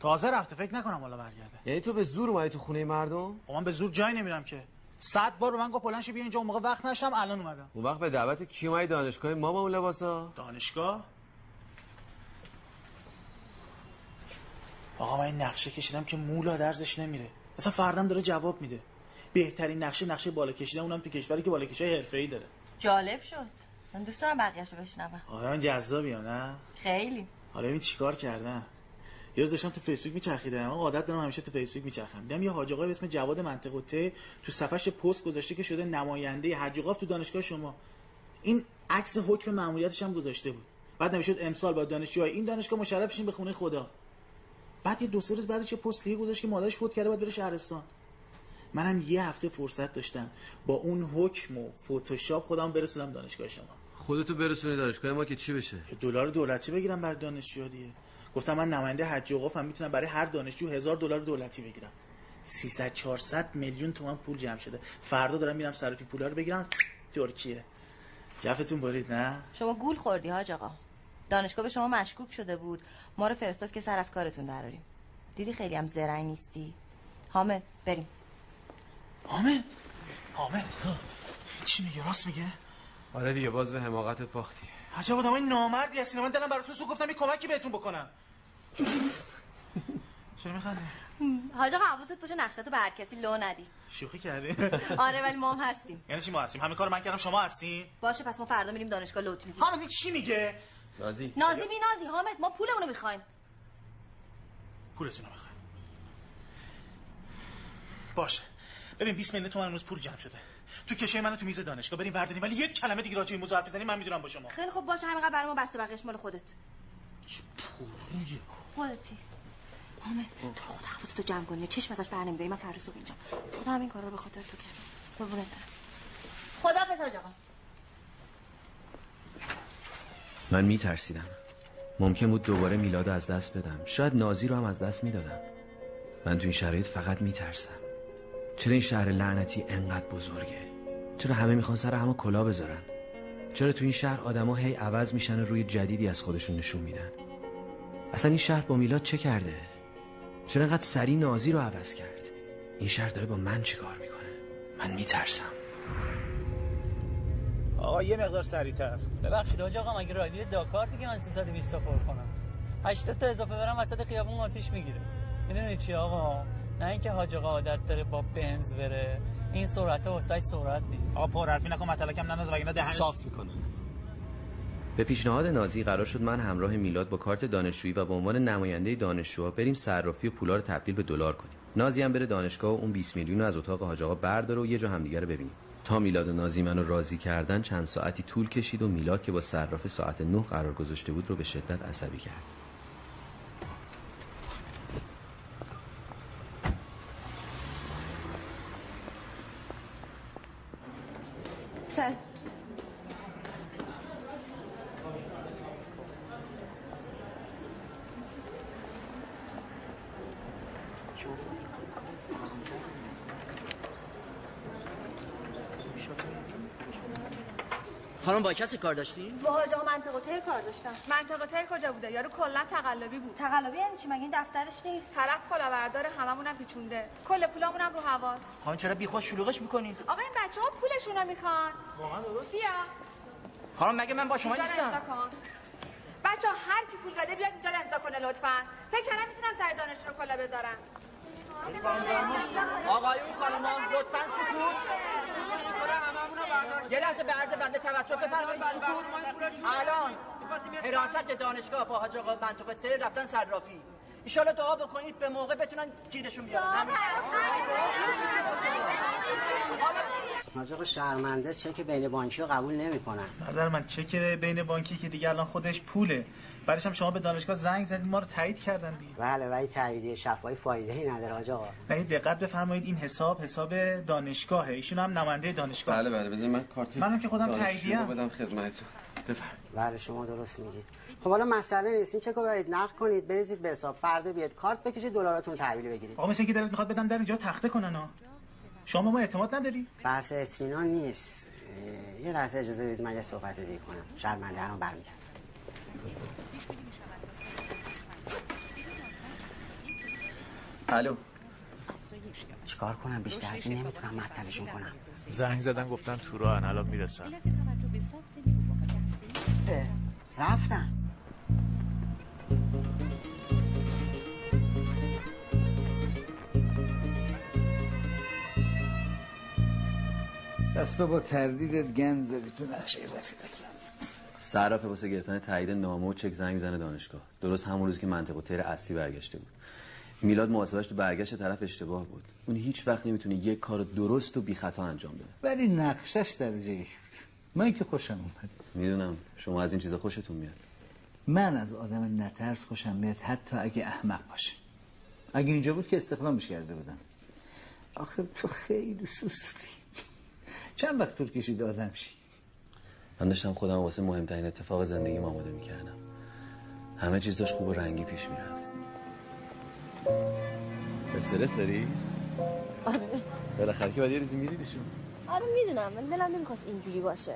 [SPEAKER 1] تازه رفته فکر نکنم حالا برگرده
[SPEAKER 13] یعنی تو به زور اومدی تو خونه مردم
[SPEAKER 1] خب من به زور جایی نمیرم که صد بار به من گفت بلند شو بیا اینجا اون موقع وقت نشم الان اومدم
[SPEAKER 13] اون وقت به دعوت کی اومدی دانشگاه ما با اون لباسا
[SPEAKER 1] دانشگاه آقا من این نقشه کشیدم که مولا درزش نمیره اصلا فردم داره جواب میده بهترین نقشه نقشه بالا کشیدن اونم تو کشوری که بالا کشی حرفه‌ای داره
[SPEAKER 12] جالب شد من دوست دارم بقیه‌شو بشنوم
[SPEAKER 1] آقا من جذابی ها نه
[SPEAKER 12] خیلی
[SPEAKER 1] حالا ببین چیکار کردم یه روز داشتم تو فیسبوک میچرخیدم من عادت دارم همیشه تو فیسبوک میچرخم دیدم یه حاج آقایی به اسم جواد منطق ته تو صفحش پست گذاشته که شده نماینده حج قاف تو دانشگاه شما این عکس حکم ماموریتش هم گذاشته بود بعد نمیشد امسال با دانشجوهای این دانشگاه مشرف شین به خونه خدا بعد یه دو سه روز بعدش یه پست دیگه گذاشت که مادرش فوت کرده بعد بره شهرستان منم یه هفته فرصت داشتم با اون حکم و فتوشاپ خودم برسونم دانشگاه شما
[SPEAKER 13] خودتو برسونی دانشگاه ما که چی بشه
[SPEAKER 1] که دلار دولتی بگیرم برای دانشجو دیگه گفتم من نماینده حج و هم میتونم برای هر دانشجو هزار دلار دولتی بگیرم 300 400 میلیون تومن پول جمع شده فردا دارم میرم صرافی پولا رو بگیرم ترکیه کفتون برید نه
[SPEAKER 12] شما گول خوردی حاج آقا دانشگاه به شما مشکوک شده بود ما رو فرستاد که سر از کارتون دراریم دیدی خیلی هم زرنگ نیستی حامد بریم
[SPEAKER 1] حامد حامد چی میگه راست میگه
[SPEAKER 3] آره دیگه باز به حماقتت باختی
[SPEAKER 1] عجب آدمای نامردی هستین من دلم براتون سو گفتم یه کمکی بهتون بکنم چرا میخندی
[SPEAKER 12] حاج آقا حواست باشه نقشتو به هر کسی لو ندی
[SPEAKER 1] شوخی کردی
[SPEAKER 12] آره ولی ما هم هستیم
[SPEAKER 1] یعنی چی ما هستیم همه کار من کردم شما هستین
[SPEAKER 12] باشه پس ما فردا میریم دانشگاه لوت میدیم
[SPEAKER 1] حامد چی میگه
[SPEAKER 3] نازی
[SPEAKER 12] نازی بی نازی حامد ما پولمونو میخوایم
[SPEAKER 1] پولتون رو بخوای باشه ببین 20 میلیون تومن امروز پول جمع شده تو کشه منو تو میز دانشگاه بریم وردنی ولی یک کلمه دیگه راجع به این موضوع حرف بزنی من میدونم با شما
[SPEAKER 12] خیلی خوب باشه همینقدر برای ما بسته بقیش مال خودت
[SPEAKER 1] پرویه.
[SPEAKER 12] خودتی حامد تو رو خدا حواستو جمع کن یا چشم ازش بر نمیداری من فردا صبح اینجا خدا همین کارا رو به خاطر تو کرد قربونت برم خدا حاج آقا
[SPEAKER 3] من میترسیدم ممکن بود دوباره میلاد رو از دست بدم شاید نازی رو هم از دست میدادم من تو این شرایط فقط میترسم چرا این شهر لعنتی انقدر بزرگه چرا همه میخوان سر همو کلا بذارن چرا تو این شهر آدما هی عوض میشن و روی جدیدی از خودشون نشون میدن اصلا این شهر با میلاد چه کرده چرا انقدر سری نازی رو عوض کرد این شهر داره با من چیکار میکنه من میترسم
[SPEAKER 35] آقا یه مقدار سریعتر
[SPEAKER 7] ببخشید حاج آقا مگه رادیو داکار دیگه من 320 تا پر کنم 80 تا اضافه برم وسط خیابون آتیش میگیره میدونی چی آقا نه اینکه حاج آقا عادت داره با بنز بره این سرعت واسه سرعت نیست
[SPEAKER 35] آقا پر حرفی نکن متلکم نناز وگرنه دهن
[SPEAKER 3] صاف میکنه به پیشنهاد نازی قرار شد من همراه میلاد با کارت دانشجویی و به عنوان نماینده دانشجوها بریم صرافی و پولا رو تبدیل به دلار کنیم. نازی هم بره دانشگاه و اون 20 میلیون رو از اتاق حاج آقا برداره و یه جا همدیگه رو ببینیم. تا میلاد و نازی منو راضی کردن چند ساعتی طول کشید و میلاد که با صراف ساعت نه قرار گذاشته بود رو به شدت عصبی کرد.
[SPEAKER 36] سر
[SPEAKER 7] خانم با کسی کار داشتی؟
[SPEAKER 36] با حاج آقا منطقه تر کار داشتم
[SPEAKER 37] منطقه تر کجا بوده یارو کلا تقلبی بود
[SPEAKER 36] تقلبی یعنی چی مگه این دفترش نیست
[SPEAKER 37] طرف کلاوردار هممونم پیچونده کل پولامونم رو حواس
[SPEAKER 7] خانم چرا بیخود شلوغش میکنی؟
[SPEAKER 37] آقا این بچه ها پولشون رو میخوان واقعا درست بیا
[SPEAKER 7] خانم مگه من با شما
[SPEAKER 37] اینجا رو امضا
[SPEAKER 7] نیستم؟
[SPEAKER 37] کن. بچه ها هر کی پول بده بیاد اینجا رو امضا کنه لطفا فکر کردم میتونم سر دانش رو کلا بذارم
[SPEAKER 7] آقایون خانمان لطفا سکوت یه لحظه به عرض بنده توجه بفرمایید سکوت الان حراست دانشگاه با حاج آقا منطقه تر رفتن صرافی ایشالا دعا بکنید به موقع بتونن گیرشون بیارن همین.
[SPEAKER 38] حاج آقا شرمنده چک بین بانکی رو قبول نمیکنن
[SPEAKER 1] مادر من چک بین بانکی که دیگه الان خودش پوله برش هم شما به دانشگاه زنگ زدید ما رو تایید کردن دیگه
[SPEAKER 38] بله ولی تاییدیه شفای فایده ای نداره حاج آقا
[SPEAKER 1] ولی دقت بفرمایید این حساب حساب دانشگاهه ایشون هم نماینده دانشگاه
[SPEAKER 2] بله بله بذار من کارت
[SPEAKER 1] منم که خودم
[SPEAKER 2] دانشجو رو
[SPEAKER 1] تاییدیم.
[SPEAKER 2] بدم خدمتتون بفرم
[SPEAKER 38] بله شما درست میگید خب حالا مسئله نیست این چک رو برید نقد کنید بریزید به حساب فردا بیاد کارت بکشید دلاراتون تحویل بگیرید
[SPEAKER 1] آقا مثل اینکه دلت میخواد بدم در اینجا تخته کنن ها شما به ما اعتماد نداری
[SPEAKER 38] بحث اطمینان نیست اه، یه لحظه اجازه بدید من یه صحبت دیگه کنم شرمنده الان برمیگردم
[SPEAKER 2] الو
[SPEAKER 38] چیکار کنم بیشتر از این نمیتونم معطلشون کنم
[SPEAKER 39] زنگ زدن گفتن تو راهن الان میرسن
[SPEAKER 38] اه، رفتم
[SPEAKER 5] دستا با تردیدت گند زدی تو نقشه رفیقت
[SPEAKER 3] صراف واسه گرفتن تایید نامه و چک زنگ میزنه دانشگاه درست همون روز که منطقه تیر اصلی برگشته بود میلاد محاسبش تو برگشت طرف اشتباه بود اون هیچ وقت نمیتونه یک کار رو درست و بی خطا انجام بده
[SPEAKER 5] ولی نقشش درجه یک بود من که خوشم اومد
[SPEAKER 3] میدونم شما از این چیزا خوشتون میاد
[SPEAKER 5] من از آدم نترس خوشم میاد حتی اگه احمق باشه اگه اینجا بود که استخدامش کرده بودم آخه تو خیلی سوسولی چند وقت طول کشید آدم شی
[SPEAKER 3] من داشتم خودم واسه مهمترین اتفاق زندگیم آماده میکردم همه چیز داشت خوب و رنگی پیش میرفت استرس داری
[SPEAKER 12] آره
[SPEAKER 3] بالاخره که بعد یه روزی میدیدشون
[SPEAKER 12] آره میدونم من دلم نمیخواست اینجوری باشه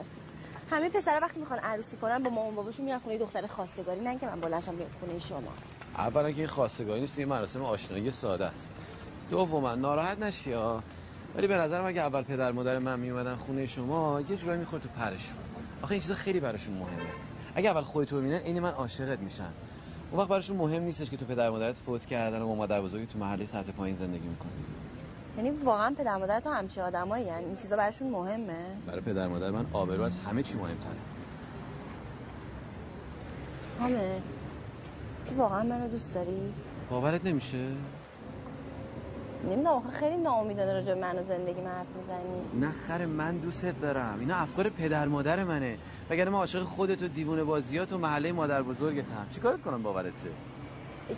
[SPEAKER 12] همه پسرا وقتی میخوان عروسی کنن با مامان باباشون میرن خونه دختر خواستگاری نه اینکه من بلنشم بیام خونه شما
[SPEAKER 3] اولا که این خواستگاهی نیست یه مراسم آشنایی ساده است دوما ناراحت نشی ها ولی به نظرم اگه اول پدر مادر من میومدن خونه شما یه جورایی میخورد تو پرشون آخه این چیزا خیلی براشون مهمه اگه اول خودت رو ببینن عین من عاشقت میشن اون وقت براشون مهم نیستش که تو پدر مادرت فوت کردن و با مادر بزرگی تو محله سطح پایین زندگی میکنی
[SPEAKER 12] یعنی واقعا پدر مادر تو همچی آدمایی هن. این چیزا براشون مهمه
[SPEAKER 3] برای پدر مادر من آبرو از همه چی مهمتره
[SPEAKER 12] همه تو واقعا منو دوست داری
[SPEAKER 3] باورت نمیشه
[SPEAKER 12] نمیدونم آخه خیلی ناامیدانه راجع به من و زندگی من حرف میزنی
[SPEAKER 3] نه خر من دوستت دارم اینا افکار پدر مادر منه وگرنه ما عاشق خودت و دیوونه بازیات و محله مادر بزرگتم چیکارت کنم باورت شه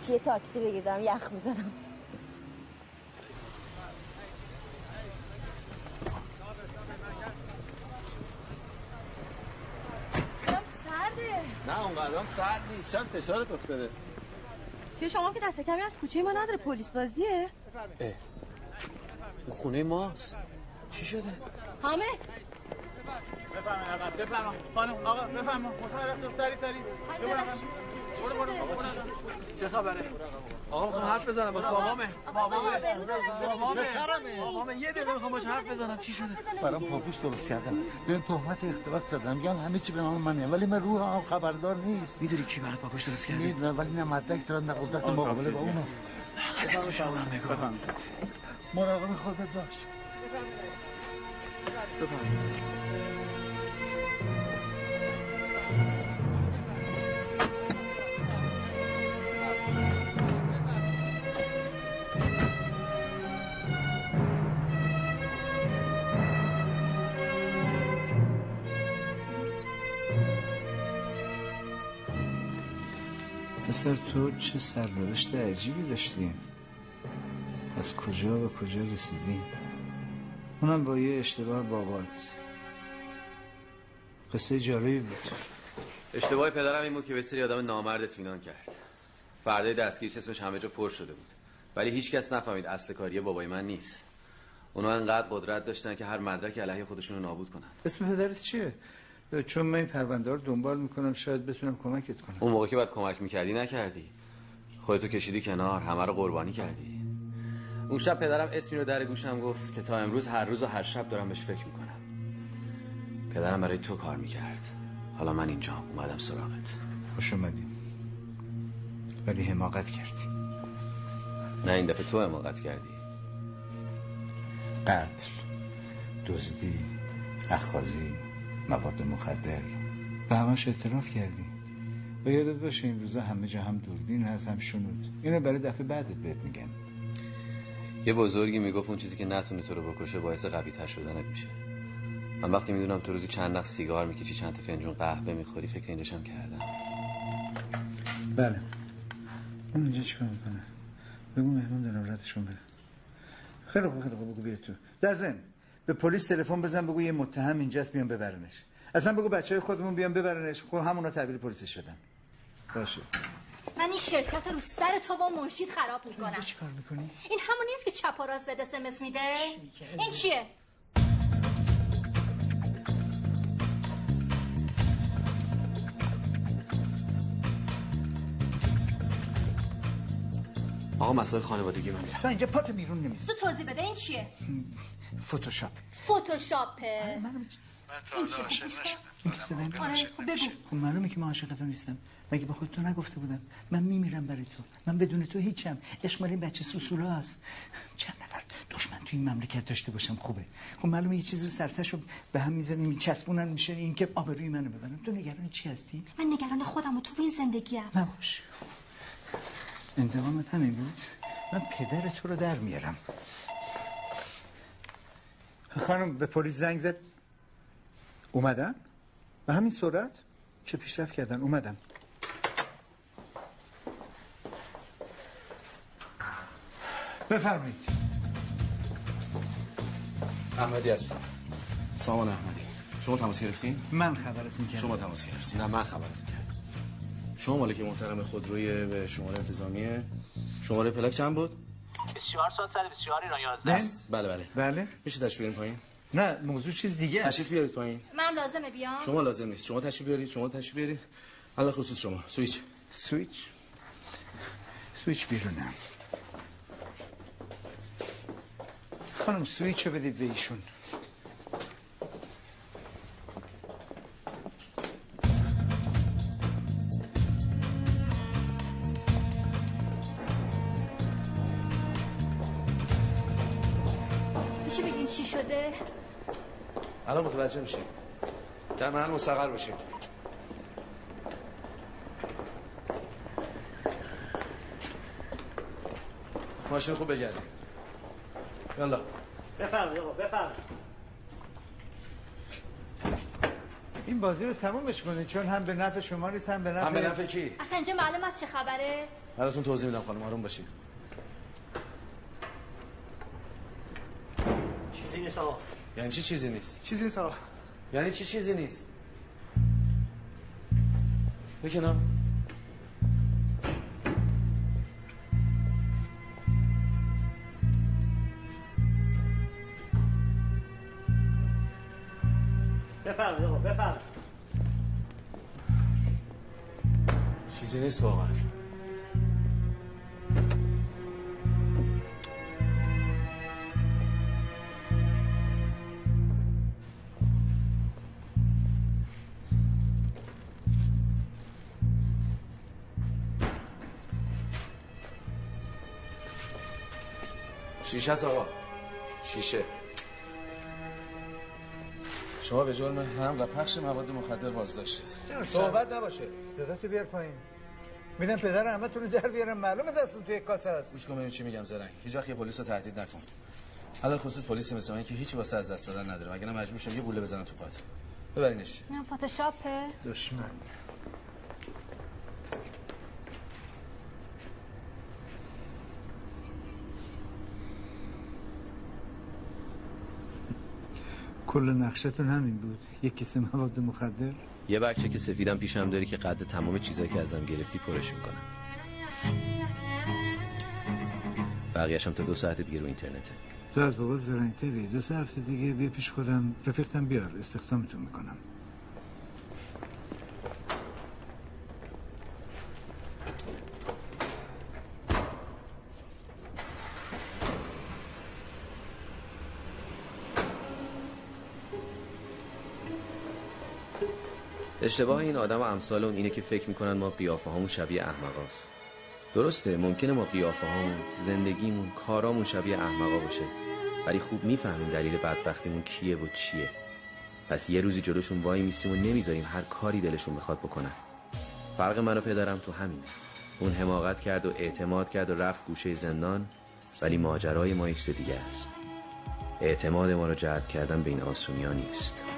[SPEAKER 12] چی یه تاکسی بگیر دارم یخ میزنم سرده
[SPEAKER 3] نه اونقدرام سرد نیست شاید فشارت افتاده
[SPEAKER 12] چه شما که دست کمی از کوچه ما نداره پلیس بازیه
[SPEAKER 3] اون خونه ماست چی شده
[SPEAKER 12] حامد
[SPEAKER 1] بفرمایید آقا بفرمایید خانم آقا بفرمایید مصرف شد سری سری
[SPEAKER 12] ببخشید.
[SPEAKER 1] برو برو برو برو. خب،
[SPEAKER 7] چه خبره آقا میخوام حرف بزنم باش بابامه بابامه بابامه بابامه یه دقیقه میخوام باش حرف بزنم چی شده
[SPEAKER 6] برام پاپوش درست کردم به تهمت اختلاف زدم میگن همه چی به نام منه ولی من روح هم خبردار نیست
[SPEAKER 3] میدونی کی برات پاپوش درست کرده؟
[SPEAKER 6] میدونم ولی نه مدرک دارم نه قدرت مقابله با اونو
[SPEAKER 3] بله، اسمش رو من بگو
[SPEAKER 6] مراقب خودت باش
[SPEAKER 5] پسر تو چه سرنوشت عجیبی داشتیم از کجا به کجا رسیدیم اونم با یه اشتباه بابات قصه جالبی بود
[SPEAKER 3] اشتباه پدرم این بود که به سری آدم نامرد اطمینان کرد فردای دستگیرش اسمش همه جا پر شده بود ولی هیچ کس نفهمید اصل کاری بابای من نیست اونا انقدر قدرت داشتن که هر مدرک علیه خودشون رو نابود کنن
[SPEAKER 5] اسم پدرت چیه؟ چون من این پرونده رو دنبال میکنم شاید بتونم کمکت کنم
[SPEAKER 3] اون موقع که باید کمک میکردی نکردی خودتو کشیدی کنار همه رو قربانی کردی اون شب پدرم اسمی رو در گوشم گفت که تا امروز هر روز و هر شب دارم بهش فکر میکنم پدرم برای تو کار میکرد حالا من اینجا اومدم سراغت
[SPEAKER 5] خوش اومدی ولی حماقت کردی
[SPEAKER 3] نه این دفعه تو حماقت کردی
[SPEAKER 5] قتل دزدی اخاذی مواد مخدر به همش اعتراف کردی و یادت باشه این روزا همه جا هم دوربین هست هم شنود اینو برای دفعه بعدت بهت میگم
[SPEAKER 3] یه بزرگی میگفت اون چیزی که نتونه تو رو بکشه باعث قوی تر شدنت میشه من وقتی میدونم تو روزی چند نخ سیگار میکشی چند تا فنجون قهوه میخوری فکر اینشم کردم
[SPEAKER 5] بله من اینجا چیکار میکنم بگو مهمون دارم ردشون برم خیلی خوب خیلی خوب بگو بیا تو در ضمن به پلیس تلفن بزن بگو یه متهم اینجاست بیان ببرنش اصلا بگو بچه های خودمون بیان ببرنش خب همونا تحویل پلیسش بدن باشه
[SPEAKER 19] من این شرکت رو سر تو با منشید خراب میکنم
[SPEAKER 5] چیکار میکنی
[SPEAKER 19] این همون نیست که چپ و راست بده سمس میده این چیه
[SPEAKER 3] آقا مسائل خانوادگی من میرم
[SPEAKER 5] تا اینجا پاتو بیرون نمیز
[SPEAKER 19] تو توضیح بده این چیه
[SPEAKER 5] فتوشاپ
[SPEAKER 19] فوتوشاپه
[SPEAKER 5] من تا حالا عاشق نشدم
[SPEAKER 19] آره خب بگو
[SPEAKER 5] خب معلومه که من عاشق تو نیستم مگه به خود تو نگفته بودم من میمیرم برای تو من بدون تو هیچم عشق مال این بچه سوسولا هست چند نفر دشمن تو این مملکت داشته باشم خوبه خب معلومه یه چیزی سرتش رو به هم میزنیم میچسبونن میشه این که آبروی منو ببرن تو نگران چی هستی
[SPEAKER 19] من نگران خودم و تو و این زندگی هم
[SPEAKER 5] نباش انتقامت همین بود من پدر تو رو در میارم خانم به پلیس زنگ زد اومدن به همین سرعت چه پیشرفت کردن اومدن بفرمایید
[SPEAKER 21] احمدی هستم سامان احمدی شما تماس گرفتین؟
[SPEAKER 5] من خبرت میکردم
[SPEAKER 21] شما تماس گرفتین
[SPEAKER 3] نه من خبرت میکرد
[SPEAKER 21] شما مالک محترم خودروی به شماره انتظامیه شماره پلاک چند بود؟
[SPEAKER 38] 24 ساعت سر 24 ایران 11
[SPEAKER 21] بله بله
[SPEAKER 5] بله
[SPEAKER 21] میشه تشریف بیاریم پایین
[SPEAKER 5] نه موضوع چیز دیگه
[SPEAKER 21] تشریف بیارید پایین
[SPEAKER 9] من لازمه بیام
[SPEAKER 21] شما لازم نیست شما تشریف بیارید شما تشریف بیارید حالا خصوص شما سویچ
[SPEAKER 5] سویچ سویچ بیرونم خانم سویچ رو بدید به ایشون
[SPEAKER 9] میشه بگین چی شده
[SPEAKER 21] الان متوجه میشیم در محل مستقر باشیم ماشین خوب بگردیم یالا
[SPEAKER 38] بفرمایید آقا بفرمایید
[SPEAKER 5] این بازی رو تمومش کنید چون هم به نفع شما نیست هم به نفع
[SPEAKER 21] هم به نفع کی
[SPEAKER 9] اصلا اینجا معلوم از چه خبره
[SPEAKER 21] براتون توضیح میدم خانم آروم باشید
[SPEAKER 38] چیزی نیست آقا
[SPEAKER 21] یعنی چی چیزی نیست
[SPEAKER 2] چیزی نیست آقا
[SPEAKER 21] یعنی چی چیزی نیست بکنم
[SPEAKER 38] بفرمایید آقا بفرمایید
[SPEAKER 21] چیزی نیست واقعا شیشه است آقا شیشه شما به جرم هم و پخش مواد مخدر بازداشتید صحبت نباشه
[SPEAKER 5] صدا تو بیار پایین میدم پدر همه تونو در بیارم معلومه دستون توی کاسه هست
[SPEAKER 21] گوش کن ببین چی میگم زرنگ هیچ وقت یه پلیس رو تهدید نکن حالا خصوص پلیسی مثل من که هیچ واسه از دست دادن نداره مگر مجبور شم یه گوله بزنم تو پات ببرینش
[SPEAKER 9] نه فتوشاپه
[SPEAKER 5] دشمن کل نقشتون همین بود یک کیسه مواد مخدر
[SPEAKER 3] یه بچه که سفیدم پیشم داری که قد تمام چیزایی که ازم گرفتی پرش میکنم بقیهشم تا دو ساعت دیگه رو اینترنته
[SPEAKER 5] تو از بابات زرنگتری دو سه هفته دیگه بیا پیش خودم رفیقتم بیار استخدامتون میکنم
[SPEAKER 3] اشتباه این آدم و امثال اون اینه که فکر میکنن ما قیافه هامون شبیه احمقاست درسته ممکنه ما قیافه هامون زندگیمون کارامون شبیه احمقا باشه ولی خوب میفهمیم دلیل بدبختیمون کیه و چیه پس یه روزی جلوشون وای میسیم و نمیذاریم هر کاری دلشون بخواد بکنن فرق من و پدرم تو همینه اون حماقت کرد و اعتماد کرد و رفت گوشه زندان ولی ماجرای ما یک چیز دیگه است اعتماد ما رو جلب کردن به این آسونیا نیست